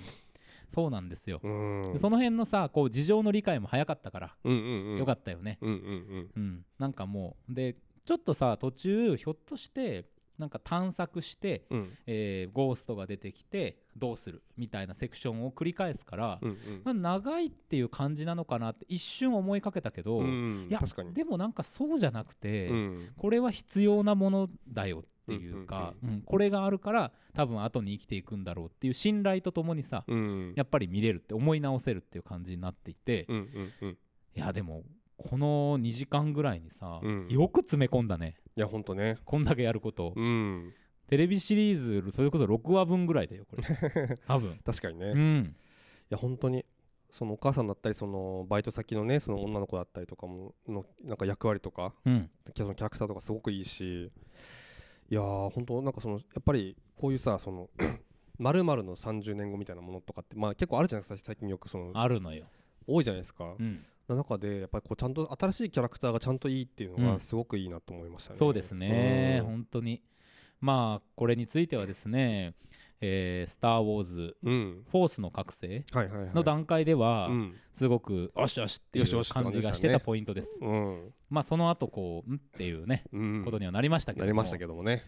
Speaker 1: そうなんですよ、
Speaker 2: 本当うん
Speaker 1: でその辺のさこう事情の理解も早かったから、
Speaker 2: うんうんうん
Speaker 1: よか
Speaker 2: っ
Speaker 1: ったよね
Speaker 2: たうんうん
Speaker 1: うんなんかもうでちょっとさ途中ひょっとしてなんか探索して、
Speaker 2: うんうん
Speaker 1: えーゴーストが出てきてどうするみたいなセクションを繰り返すから
Speaker 2: う、んうん
Speaker 1: まあ長いっていう感じなのかなって一瞬思いかけたけど、
Speaker 2: うん
Speaker 1: いや
Speaker 2: 確かに
Speaker 1: でもなんかそうじゃなくて、
Speaker 2: うん
Speaker 1: これは必要なものだよっていうか、うんこれがあるから多分後に生きていくんだろうっていう信頼とともにさ、
Speaker 2: うん
Speaker 1: やっぱり見れるって思い直せるっていう感じになっていて、
Speaker 2: うんうんうんい
Speaker 1: いやでもこの2時間ぐらいにさ、
Speaker 2: うん
Speaker 1: よく詰め込んだね
Speaker 2: やほんとね
Speaker 1: こんだけやること、
Speaker 2: うん
Speaker 1: テレビシリーズそれこそ6話分ぐらいだよこれ 多分
Speaker 2: 確かにね
Speaker 1: うん
Speaker 2: いや本当にそのお母さんだったりそのバイト先のねその女の子だったりとかものなんか役割とか
Speaker 1: うん
Speaker 2: そのキャラクターとかすごくいいしいやー本当なんかそのやっぱりこういうさその 〇〇の30年後みたいなものとかってまあ結構あるじゃないですか最近よくその
Speaker 1: あるのよ、
Speaker 2: 多いじゃないですか
Speaker 1: う、ん
Speaker 2: な中でやっぱりこうちゃんと新しいキャラクターがちゃんといいっていうの
Speaker 1: うん
Speaker 2: がすごくいいなと思いましたね、
Speaker 1: そうですね、
Speaker 2: うん
Speaker 1: 本当にまあこれについてはですね「えースター・ウォーズ
Speaker 2: うん
Speaker 1: フォースの覚醒」
Speaker 2: はいはいはい
Speaker 1: の段階では
Speaker 2: うん
Speaker 1: すごく「よしよし」ってい
Speaker 2: よし
Speaker 1: う
Speaker 2: よしって
Speaker 1: 感
Speaker 2: 感
Speaker 1: じ
Speaker 2: じでしたね
Speaker 1: がしてたポイントです
Speaker 2: うん
Speaker 1: まあその後こう「ん?」っていうね
Speaker 2: うん
Speaker 1: ことにはなりましたけど
Speaker 2: な
Speaker 1: も
Speaker 2: りましたけどもね、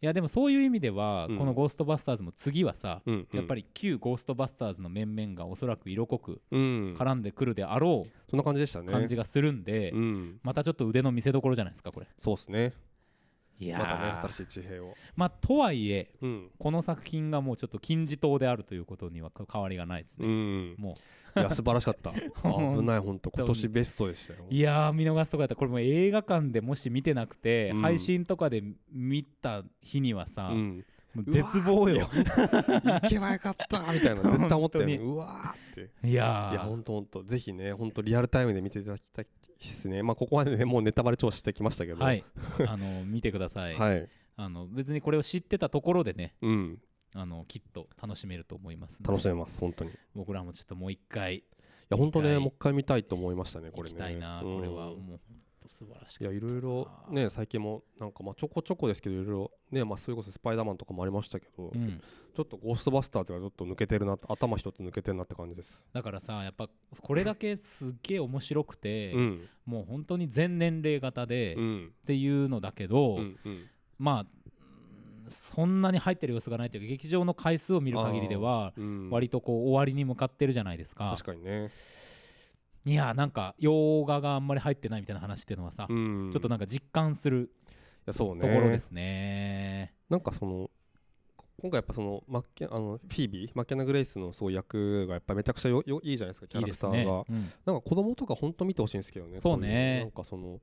Speaker 1: いやでもそういう意味では
Speaker 2: うん
Speaker 1: この「ゴーストバスターズ」も次はさ
Speaker 2: うん
Speaker 1: やっぱ
Speaker 2: り、
Speaker 1: り旧ゴーストバスターズの面々がおそらく色濃く
Speaker 2: うん、
Speaker 1: 絡んでくるであろう
Speaker 2: そんな感じでしたね
Speaker 1: 感じがするんで
Speaker 2: うん、
Speaker 1: またちょっと腕の見せ所じゃないですかこれ
Speaker 2: そうですね
Speaker 1: いや
Speaker 2: またね
Speaker 1: ー
Speaker 2: 新しい地平を、
Speaker 1: まあとはいえ
Speaker 2: うん
Speaker 1: この作品がもうちょっと金字塔であるということには変わりがないです
Speaker 2: う
Speaker 1: ね、
Speaker 2: ん、
Speaker 1: も
Speaker 2: いや素晴らしかった
Speaker 1: 当に
Speaker 2: 危ない本当今年ベストでしたよ
Speaker 1: ういやー見逃すとこやったらこれもう映画館でもし見てなくて、
Speaker 2: うん
Speaker 1: 配信とかで見た日にはさ、
Speaker 2: うん、
Speaker 1: もう絶望よ
Speaker 2: 行けばよかったみたいな絶対思ったよね
Speaker 1: 本当
Speaker 2: うわーって
Speaker 1: いやー
Speaker 2: いやほんとほんとぜひねほんとリアルタイムで見ていただきたいですねまあここまでねもうネタバレ調子してきましたけど
Speaker 1: はい、あの見てください、
Speaker 2: はい
Speaker 1: あの別にこれを知ってたところでね
Speaker 2: うん
Speaker 1: あのきっと楽しめると思いますので
Speaker 2: 楽しめます本当にい
Speaker 1: 僕らもちょっともう一回
Speaker 2: やほんと
Speaker 1: 見た
Speaker 2: ね
Speaker 1: い
Speaker 2: もう一回見たいと思いましたねこ
Speaker 1: 行
Speaker 2: れ
Speaker 1: き
Speaker 2: ね
Speaker 1: たいな、これはもう
Speaker 2: うん
Speaker 1: 本当素晴らし
Speaker 2: い
Speaker 1: かっ
Speaker 2: や
Speaker 1: た
Speaker 2: いろいろね最近もなんかまあちょこちょこですけどいろいろねまあそれこそスパイダーマンとかもありましたけど、
Speaker 1: うん、
Speaker 2: ちょっとゴーストバスターズがちょっと抜けてるな頭一つ抜けてるなって感じです、
Speaker 1: だからさやっぱこれだけすっげえ面白くて、
Speaker 2: うん
Speaker 1: もう本当に全年齢型で、
Speaker 2: う
Speaker 1: っ
Speaker 2: ん
Speaker 1: ていうのだけど、
Speaker 2: うんうん
Speaker 1: まあうんそんなに入ってる様子がないというか劇場の回数を見る限りでは
Speaker 2: うん
Speaker 1: 割とこう終わりに向かってるじゃないですか
Speaker 2: 確かにね、
Speaker 1: いやなんか洋画があんまり入ってないみたいな話っていうのはさ、
Speaker 2: うん、
Speaker 1: ちょっとなんか実感する
Speaker 2: いやそうね
Speaker 1: ところですね。
Speaker 2: なんかその今回やっぱそのマッケンあのフィービーマッケナ・グレイスのそう役がやっぱめちゃくちゃよよいいじゃないですかキ
Speaker 1: いい
Speaker 2: ャラ
Speaker 1: で
Speaker 2: ク
Speaker 1: す
Speaker 2: ターが
Speaker 1: ね。うん
Speaker 2: なんか子供とか本当見てほしいんですけどね
Speaker 1: そうね
Speaker 2: こいのなんかその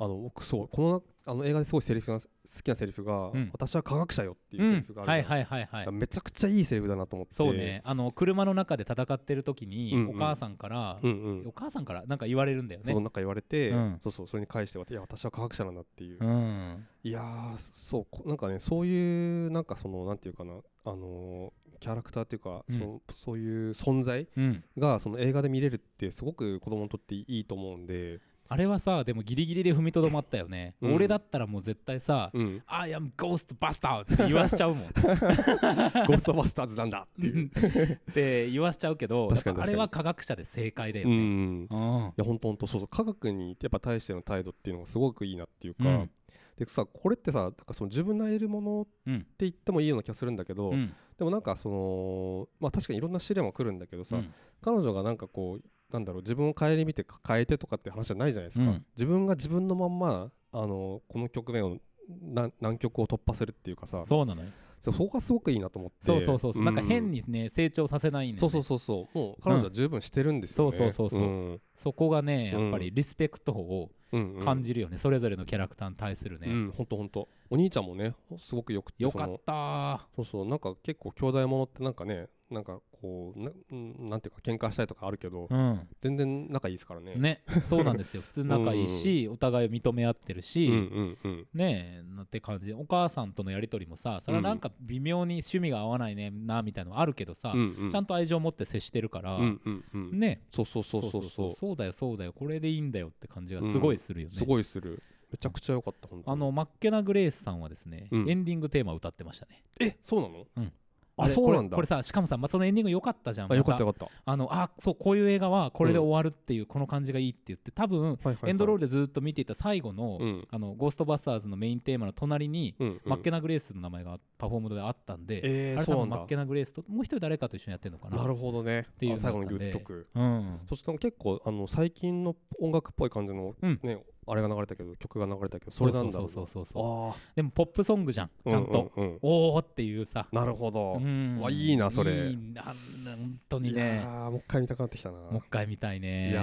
Speaker 2: あの僕そうこのあの映画ですごいセリフが好きなセリフが、
Speaker 1: うん
Speaker 2: 私は科学者よ」っていう
Speaker 1: う
Speaker 2: セリ
Speaker 1: ん
Speaker 2: フがあるじゃ
Speaker 1: は
Speaker 2: ん
Speaker 1: いはいはいはい
Speaker 2: だからめちゃくちゃいいセリフだなと思って
Speaker 1: そうねあの車の中で戦ってる時に
Speaker 2: うんう
Speaker 1: お
Speaker 2: ん
Speaker 1: 母さんから
Speaker 2: うんうん
Speaker 1: お母さんからなんか言われるんだよ
Speaker 2: そう
Speaker 1: ね
Speaker 2: なんか言われて、
Speaker 1: うん
Speaker 2: そうそうそれに返していや私は科学者なんだってい
Speaker 1: う
Speaker 2: う、
Speaker 1: ん
Speaker 2: いやーそうこなんかねそういうなんかそのなんていうかなあのーキャラクターっていうか、
Speaker 1: うん
Speaker 2: そのそういう存在
Speaker 1: うん
Speaker 2: がその映画で見れるってすごく子供にとっていいと思うんで、
Speaker 1: あれはさでもギリギリで踏みとどまったよね
Speaker 2: うん
Speaker 1: 俺だったらもう絶対さ
Speaker 2: うん
Speaker 1: 「I am Ghostbuster」って言わしちゃうも ん
Speaker 2: ゴーストバスターズなんだっていう。
Speaker 1: って言わしちゃうけど
Speaker 2: 確かに
Speaker 1: やっぱあ
Speaker 2: 確かに
Speaker 1: れは科学者で正解だよ
Speaker 2: う
Speaker 1: ね。
Speaker 2: ん
Speaker 1: うん
Speaker 2: いや本当本当そうそう科学にやっぱ対しての態度っていうのがすごくいいなっていうか、
Speaker 1: うん
Speaker 2: でさこれってさなんかその自分が得るものって
Speaker 1: うん
Speaker 2: 言ってもいいような気がするんだけど、
Speaker 1: うん
Speaker 2: でもなんかそのまあ確かにいろんな試練は来るんだけどさ、
Speaker 1: うん
Speaker 2: 彼女がなんかこうなんだろう自分を顧みてか変えてとかって話じゃないじゃないですか、
Speaker 1: うん
Speaker 2: 自分が自分のまんまあのこの局面をな難局を突破するっていうかさ
Speaker 1: そうなのよ
Speaker 2: そうそこがすごくいいなと思って
Speaker 1: そうそうそうそうなんか変
Speaker 2: に、
Speaker 1: にね成長させないんで
Speaker 2: そうそう
Speaker 1: ね
Speaker 2: そうそうもう彼女は十分してるんですよね、
Speaker 1: うんそうそうそうそうんそこがねやっぱ
Speaker 2: う
Speaker 1: りリスペクトを
Speaker 2: うんうん
Speaker 1: 感じるよねそれぞれのキャラクターに対する
Speaker 2: う
Speaker 1: ね
Speaker 2: ん、ほんとほんと。お兄ちゃんもね、すごくよくて
Speaker 1: よかっ
Speaker 2: その
Speaker 1: たー
Speaker 2: そうそう、なんか結構兄弟ものってなんかね、なんかこう、なうんなんていうか、喧嘩したりとかあるけど、
Speaker 1: うん
Speaker 2: 全然仲いいですからね。
Speaker 1: ねそうなんですよ普通に仲いいしお互いを認め合ってる
Speaker 2: う
Speaker 1: し
Speaker 2: んうんうん。
Speaker 1: ねえなって感じお母さんとのやり取りもさそれはなんか微妙に趣味が合わないねなみたいなのあるけどさ
Speaker 2: うんうん、
Speaker 1: ちゃんと愛情を持って接してるから
Speaker 2: うんうんうん。
Speaker 1: ね
Speaker 2: そうそうそうそうそう。
Speaker 1: そうだよそうだよこれでいいんだよって感じがすごいするよね、
Speaker 2: すごいする。めちゃくちゃ良かった、本当
Speaker 1: あのマッケナ・グレイスさんはですね、
Speaker 2: うん
Speaker 1: エンディングテーマを歌ってましたね
Speaker 2: え、そうなの
Speaker 1: うん
Speaker 2: あ
Speaker 1: れ
Speaker 2: そうな
Speaker 1: こ
Speaker 2: ん
Speaker 1: れ
Speaker 2: だ。
Speaker 1: これさしかもさ、まあ、そのエンディング良かったじゃん
Speaker 2: あ、よかっ
Speaker 1: ま
Speaker 2: たよかっ
Speaker 1: あのあそうこういう映画はこれで終わるっていう、この感じがいいって言って多分、
Speaker 2: た。はいはいはい
Speaker 1: エンドロールでずっと見ていた最後の,、
Speaker 2: うん
Speaker 1: あのゴーストバスターズのメインテーマの隣に、
Speaker 2: うんうん
Speaker 1: マッケナ・グレイスの名前がパフォームであったんで、
Speaker 2: え
Speaker 1: あ
Speaker 2: ー、
Speaker 1: れ
Speaker 2: そ
Speaker 1: 多分
Speaker 2: うなん
Speaker 1: マッ
Speaker 2: だ
Speaker 1: ケ。ナ・グレイスともう一人誰かと一緒にやってるのかな
Speaker 2: なるほどね。
Speaker 1: ていう
Speaker 2: あ
Speaker 1: の
Speaker 2: 最後の
Speaker 1: だ
Speaker 2: グ
Speaker 1: ったんで
Speaker 2: ッド曲。
Speaker 1: うん
Speaker 2: そして結構あの最近の音楽っぽい感じの、
Speaker 1: うん
Speaker 2: ねあれが流れたけど曲が流れたけどそれなんだろ
Speaker 1: そうそうそうそうそう
Speaker 2: あ
Speaker 1: でもポップソングじゃん
Speaker 2: あ
Speaker 1: ちゃんと、
Speaker 2: うんうんうん
Speaker 1: おおっていうさ
Speaker 2: なるほど、
Speaker 1: うん
Speaker 2: わいいなそれ
Speaker 1: いいな本当に
Speaker 2: いや
Speaker 1: ね
Speaker 2: ーもう一回見たくなってきたな
Speaker 1: もう一回見たいね
Speaker 2: いや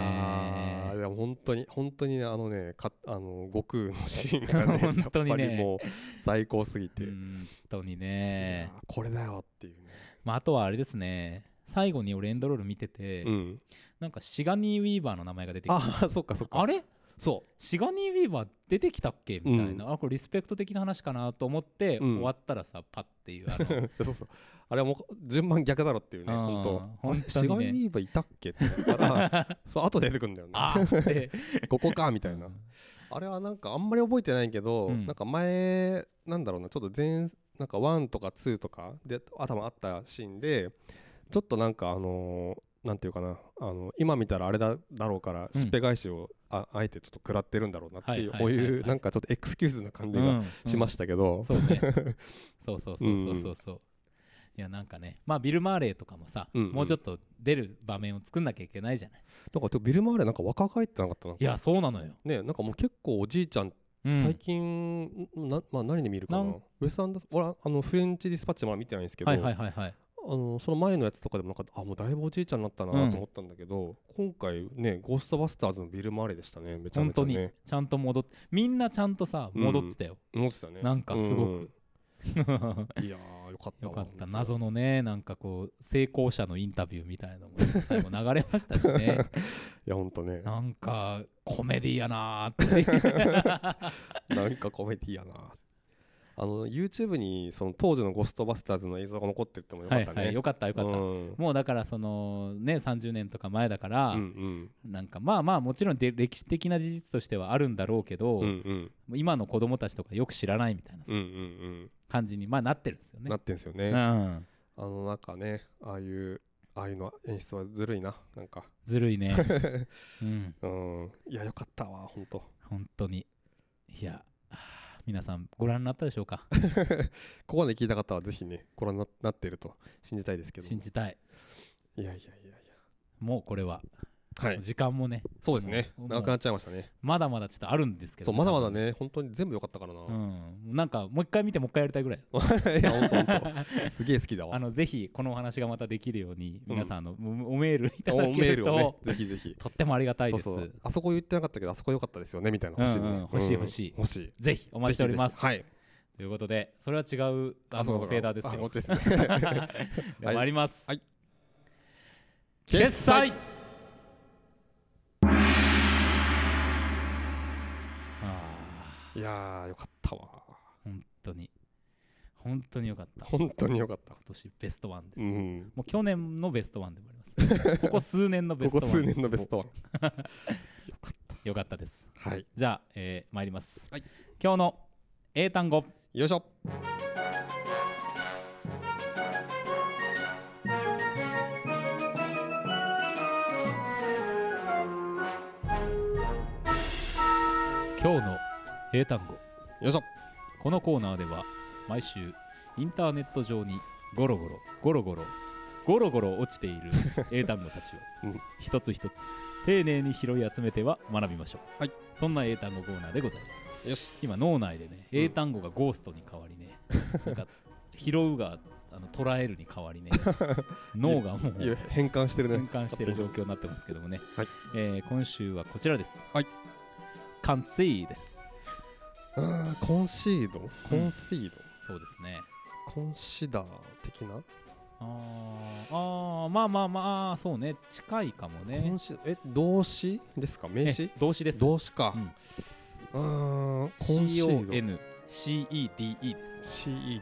Speaker 2: ーいや本当に本当にねあのねかあの悟空のシーンがね
Speaker 1: 本当にね
Speaker 2: やっぱりもう最高すぎて、
Speaker 1: 本当に
Speaker 2: いや
Speaker 1: ね
Speaker 2: ーこれだよっていうね、
Speaker 1: まああとはあれですね最後に俺エンドロール見てて、
Speaker 2: うん、
Speaker 1: なんかシガニー・ウィーバーの名前が出てきたあ
Speaker 2: あそっかそっか
Speaker 1: れ
Speaker 2: そう
Speaker 1: シガニー・ウィーバー出てきたっけみたいな、
Speaker 2: う
Speaker 1: あこれリスペクト的な話かなと思って、
Speaker 2: うん
Speaker 1: 終わったらさパッっていうあ の
Speaker 2: そうそうあれはもう順番逆だろっていうね
Speaker 1: あー
Speaker 2: 本当あれ
Speaker 1: 本当にね
Speaker 2: シガイミーバーいたっけって言った らそう後で出てくるんだよね
Speaker 1: あーって
Speaker 2: ここかみたいなあれはなんかあんまり覚えてないけど、
Speaker 1: うん
Speaker 2: なんか前なんだろうなちょっと前なんか1とか2とかで頭あったシーンでちょっとなんかあのーなんていうかなあの今見たらあれだだろうから
Speaker 1: うん
Speaker 2: しっぺ返しをあ,、あえてちょっと食らってるんだろうなっていう
Speaker 1: はい
Speaker 2: こ
Speaker 1: は
Speaker 2: う
Speaker 1: いはいはい
Speaker 2: いうなんかちょっとエクスキューズな感じ
Speaker 1: うん
Speaker 2: が
Speaker 1: うん
Speaker 2: しましたけど、
Speaker 1: そうね。そうそうそうそうそうそう。いやなんかね、まあビル・マーレーとかもさ、
Speaker 2: うんうん
Speaker 1: もうちょっと出る場面を作んなきゃいけないじゃない。
Speaker 2: なんかでもビル・マーレなんか若返ってなかったない
Speaker 1: や、そうなのよ。
Speaker 2: ねなんかもう結構おじいちゃん、
Speaker 1: うん
Speaker 2: 最近な、まあ、何で見るか
Speaker 1: な
Speaker 2: な
Speaker 1: ん
Speaker 2: ウェス・アンダース俺あのフレンチ・ディスパッチまだ見てないんですけど、
Speaker 1: はいはいはいはい。
Speaker 2: あのその前のやつとかでもなんかあもうだいぶおじいちゃんになったなと
Speaker 1: うん
Speaker 2: 思ったんだけど、今回ね「ゴーストバスターズ」のビル・マーレーでしたねめちゃめ
Speaker 1: 本
Speaker 2: ちゃ
Speaker 1: 当に
Speaker 2: ね
Speaker 1: ちゃんと戻って、みんなちゃんとさ、戻ってたよ。
Speaker 2: 思ってたね
Speaker 1: なんかすごく
Speaker 2: うん いやーよかっ た
Speaker 1: よ
Speaker 2: わ
Speaker 1: かった
Speaker 2: 本当
Speaker 1: 謎のねなんかこう成功者のインタビューみたいなのもね最後流れましたしね
Speaker 2: いやほんとね
Speaker 1: なんかコメディやなーって
Speaker 2: なんかコメディやなあの YouTube にその当時の「ゴーストバスターズ」の映像が残ってってもよか
Speaker 1: は
Speaker 2: っ
Speaker 1: い
Speaker 2: た
Speaker 1: はい
Speaker 2: ね
Speaker 1: よかったよかった、
Speaker 2: うん
Speaker 1: もうだからそのね30年とか前だから、
Speaker 2: うんうん
Speaker 1: なんかまあまあもちろんで歴史的な事実としてはあるんだろうけど、
Speaker 2: うんうん
Speaker 1: 今の子供たちとかよく知らないみたいなさ
Speaker 2: うんうん
Speaker 1: 感じにまあなってるんですよ
Speaker 2: うん
Speaker 1: ね。
Speaker 2: なってんすよね
Speaker 1: うん、
Speaker 2: あのなんかねああいうああいうのは演出はずるいななんか
Speaker 1: ずるい ね。うん、
Speaker 2: うんいやよかったわほんと
Speaker 1: 本当にいやあー皆さんご覧になったでしょうか
Speaker 2: ここまで聞いた方はぜひねご覧にななっていると信じたいですけど
Speaker 1: 信じたい
Speaker 2: いやいやいやいや
Speaker 1: もうこれは
Speaker 2: はい
Speaker 1: 時間もね
Speaker 2: そうですね
Speaker 1: もう
Speaker 2: 長くなっちゃいましたね
Speaker 1: まだまだちょっとあるんですけど
Speaker 2: そう
Speaker 1: ね、
Speaker 2: まだまだ
Speaker 1: 多分
Speaker 2: ね本当に全部良かったからな、
Speaker 1: うん、なんかもう一回見てもう一回やりたいぐらい
Speaker 2: いや本当本当すげえ好きだわ
Speaker 1: あのぜひこのお話がまたできるように皆さんあの、おおメールいた
Speaker 2: お
Speaker 1: だ
Speaker 2: メ
Speaker 1: け
Speaker 2: ー
Speaker 1: る
Speaker 2: ル
Speaker 1: と、
Speaker 2: をねぜひぜひ
Speaker 1: とってもありがたい
Speaker 2: そ
Speaker 1: で
Speaker 2: う
Speaker 1: す
Speaker 2: そうあそこ言ってなかったけどあそこ良かったですよねみたいなの欲しいね、
Speaker 1: うんうん欲しい欲しい
Speaker 2: 欲しい
Speaker 1: ぜひお待ちしております
Speaker 2: ぜひぜひはい
Speaker 1: ということでそれは違うあの
Speaker 2: そうかそうか
Speaker 1: フェーダーです
Speaker 2: あこ
Speaker 1: よ
Speaker 2: っち ですね
Speaker 1: で参ります、
Speaker 2: はい
Speaker 1: 決済ああ
Speaker 2: いやーよかったわ
Speaker 1: 本当に本当に良かった今
Speaker 2: 本当によかった
Speaker 1: 年ベストワンです、
Speaker 2: うん
Speaker 1: もう去年のベストワンでもあり ますここ数年のベスト
Speaker 2: ここ
Speaker 1: ワン
Speaker 2: 数年のベ ストワン
Speaker 1: よかったです
Speaker 2: はい
Speaker 1: じゃあ、えー、参ります、
Speaker 2: はい
Speaker 1: 今日の英単語
Speaker 2: よいしょ
Speaker 1: 今日の英単語
Speaker 2: よいしょ
Speaker 1: このコーナーでは毎週インターネット上にゴロゴロゴロゴロゴロゴロ落ちてい る英単語たち
Speaker 2: う
Speaker 1: を
Speaker 2: ん
Speaker 1: 一つ一つ丁寧に拾い集めては学びましょう、
Speaker 2: はい
Speaker 1: そんな英単語コーナーでございます
Speaker 2: よし
Speaker 1: 今脳内でね
Speaker 2: うん
Speaker 1: 英単語がゴーストに変わりね、なんか拾うがあの捉えるに変わり ね脳がもう
Speaker 2: いや変換してるね
Speaker 1: 転換している状況になってますけどもね、
Speaker 2: はい
Speaker 1: えー今週はこちらです、
Speaker 2: はい、
Speaker 1: concede
Speaker 2: うーんコンシードコンシード、
Speaker 1: そうですね
Speaker 2: コンシダー的な、
Speaker 1: あーあーまあまあまあそうね近いかも
Speaker 2: コ
Speaker 1: ね
Speaker 2: ンシえ動詞ですか名詞
Speaker 1: え動詞です
Speaker 2: 動詞か
Speaker 1: うん
Speaker 2: うーんコンシード
Speaker 1: CONCEDE です
Speaker 2: CEDE、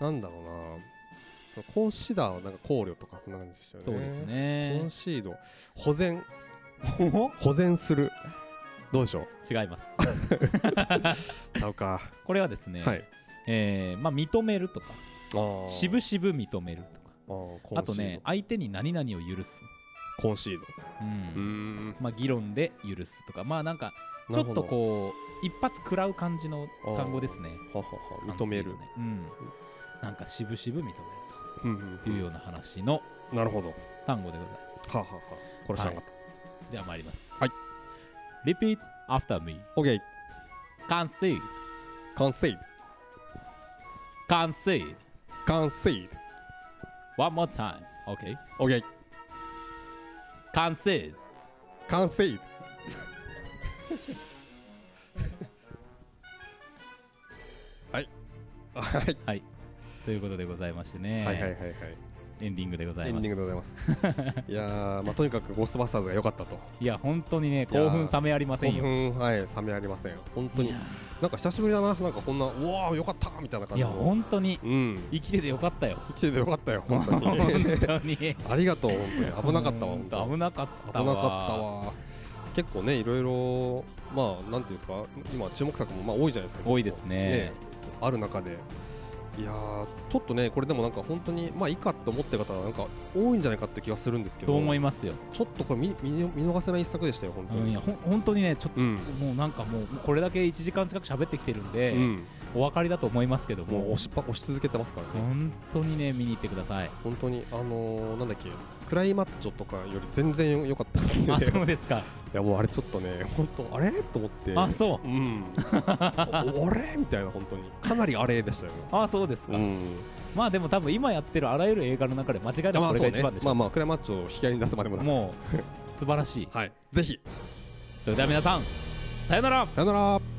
Speaker 2: なんだろうなそのコンシダーはなんか考慮とかそんな感じでしたよね
Speaker 1: そうです
Speaker 2: コ
Speaker 1: ね
Speaker 2: ンシード保全保全するどうでしょ
Speaker 1: 違います
Speaker 2: うちゃうか
Speaker 1: これはですね、
Speaker 2: はい
Speaker 1: えーまあ、認めるとか
Speaker 2: あー
Speaker 1: しぶしぶ認めるとか
Speaker 2: あーコンシード
Speaker 1: あとね相手に何々を許す、
Speaker 2: コンシード
Speaker 1: うん
Speaker 2: うーん
Speaker 1: まあ、議論で許すとかまあなんかちょっとこう一発食らう感じの単語ですね
Speaker 2: うははは認
Speaker 1: 完成
Speaker 2: める、
Speaker 1: 度ねうん、なんかしぶしぶ認める
Speaker 2: うんうん
Speaker 1: という
Speaker 2: う
Speaker 1: ような話の
Speaker 2: んなるほどは
Speaker 1: 単語でございます
Speaker 2: あはあはあこれ知らなかっ
Speaker 1: では参ります
Speaker 2: はい
Speaker 1: Repeat after me
Speaker 2: た OK
Speaker 1: 完成
Speaker 2: 完成
Speaker 1: 完成
Speaker 2: 完成
Speaker 1: One more time OK
Speaker 2: OK
Speaker 1: 完成
Speaker 2: 完成はいはい
Speaker 1: はいということでございましてね、
Speaker 2: はいはいはいはい
Speaker 1: エンディングでござ
Speaker 2: エ
Speaker 1: いま
Speaker 2: ン
Speaker 1: す
Speaker 2: ディングでございます いやーまあとにかくゴーストバスターズが良かったと
Speaker 1: いや本当にね
Speaker 2: いや
Speaker 1: 興奮冷めありませ
Speaker 2: 興
Speaker 1: んよ
Speaker 2: 奮はい冷めありません本当
Speaker 1: い
Speaker 2: に
Speaker 1: や
Speaker 2: なんか久しぶりだななんかこんなうわー良かったみたいな感
Speaker 1: い
Speaker 2: じ
Speaker 1: や
Speaker 2: の
Speaker 1: 本当に
Speaker 2: うん
Speaker 1: 生きててよかったよ
Speaker 2: 生きてて良かったよ本
Speaker 1: 本
Speaker 2: 当 に
Speaker 1: 当に
Speaker 2: ありがとう本当に危なかったわ
Speaker 1: うーん
Speaker 2: 本当
Speaker 1: 危なかった
Speaker 2: 危
Speaker 1: わ
Speaker 2: なかったわ結構ねいろいろまあなんていうんですか今注目作もまあ多いじゃないですか
Speaker 1: 多いですね
Speaker 2: ある中でいやーちょっとねこれでもなんか本当にまあいいかと思ってる方はなんか多いんじゃないかって気がするんですけど
Speaker 1: そう思いますよ、
Speaker 2: ちょっとこれ見見見逃せない一作でしたよ本当
Speaker 1: うん、い
Speaker 2: に
Speaker 1: やほん本当にねちょっと、
Speaker 2: うん
Speaker 1: もうなんかもうこれだけ1時間近く喋ってきてるんで、
Speaker 2: うん
Speaker 1: お分かりだと思いますけど
Speaker 2: もう
Speaker 1: も
Speaker 2: 押しっぱ押し続けてますからね
Speaker 1: 本当にね見に行ってくださ い
Speaker 2: 本当にあのーなんだっけクライマッチョとかより全然良かったんで
Speaker 1: あそうですか、
Speaker 2: いやもうあれちょっとね本当あれと思って
Speaker 1: あそう
Speaker 2: うんお あれみたいな本当にかなりあれでしたよね
Speaker 1: あそうですか、
Speaker 2: ん
Speaker 1: まあでも多分今やってるあらゆる映画の中で間違いなくこれが一番でし
Speaker 2: まあ
Speaker 1: ょ
Speaker 2: まあクライマッチョを引き合いに出すまでもなく
Speaker 1: もう素晴らしい
Speaker 2: はいぜひ
Speaker 1: それでは皆さんさよなら
Speaker 2: さよなら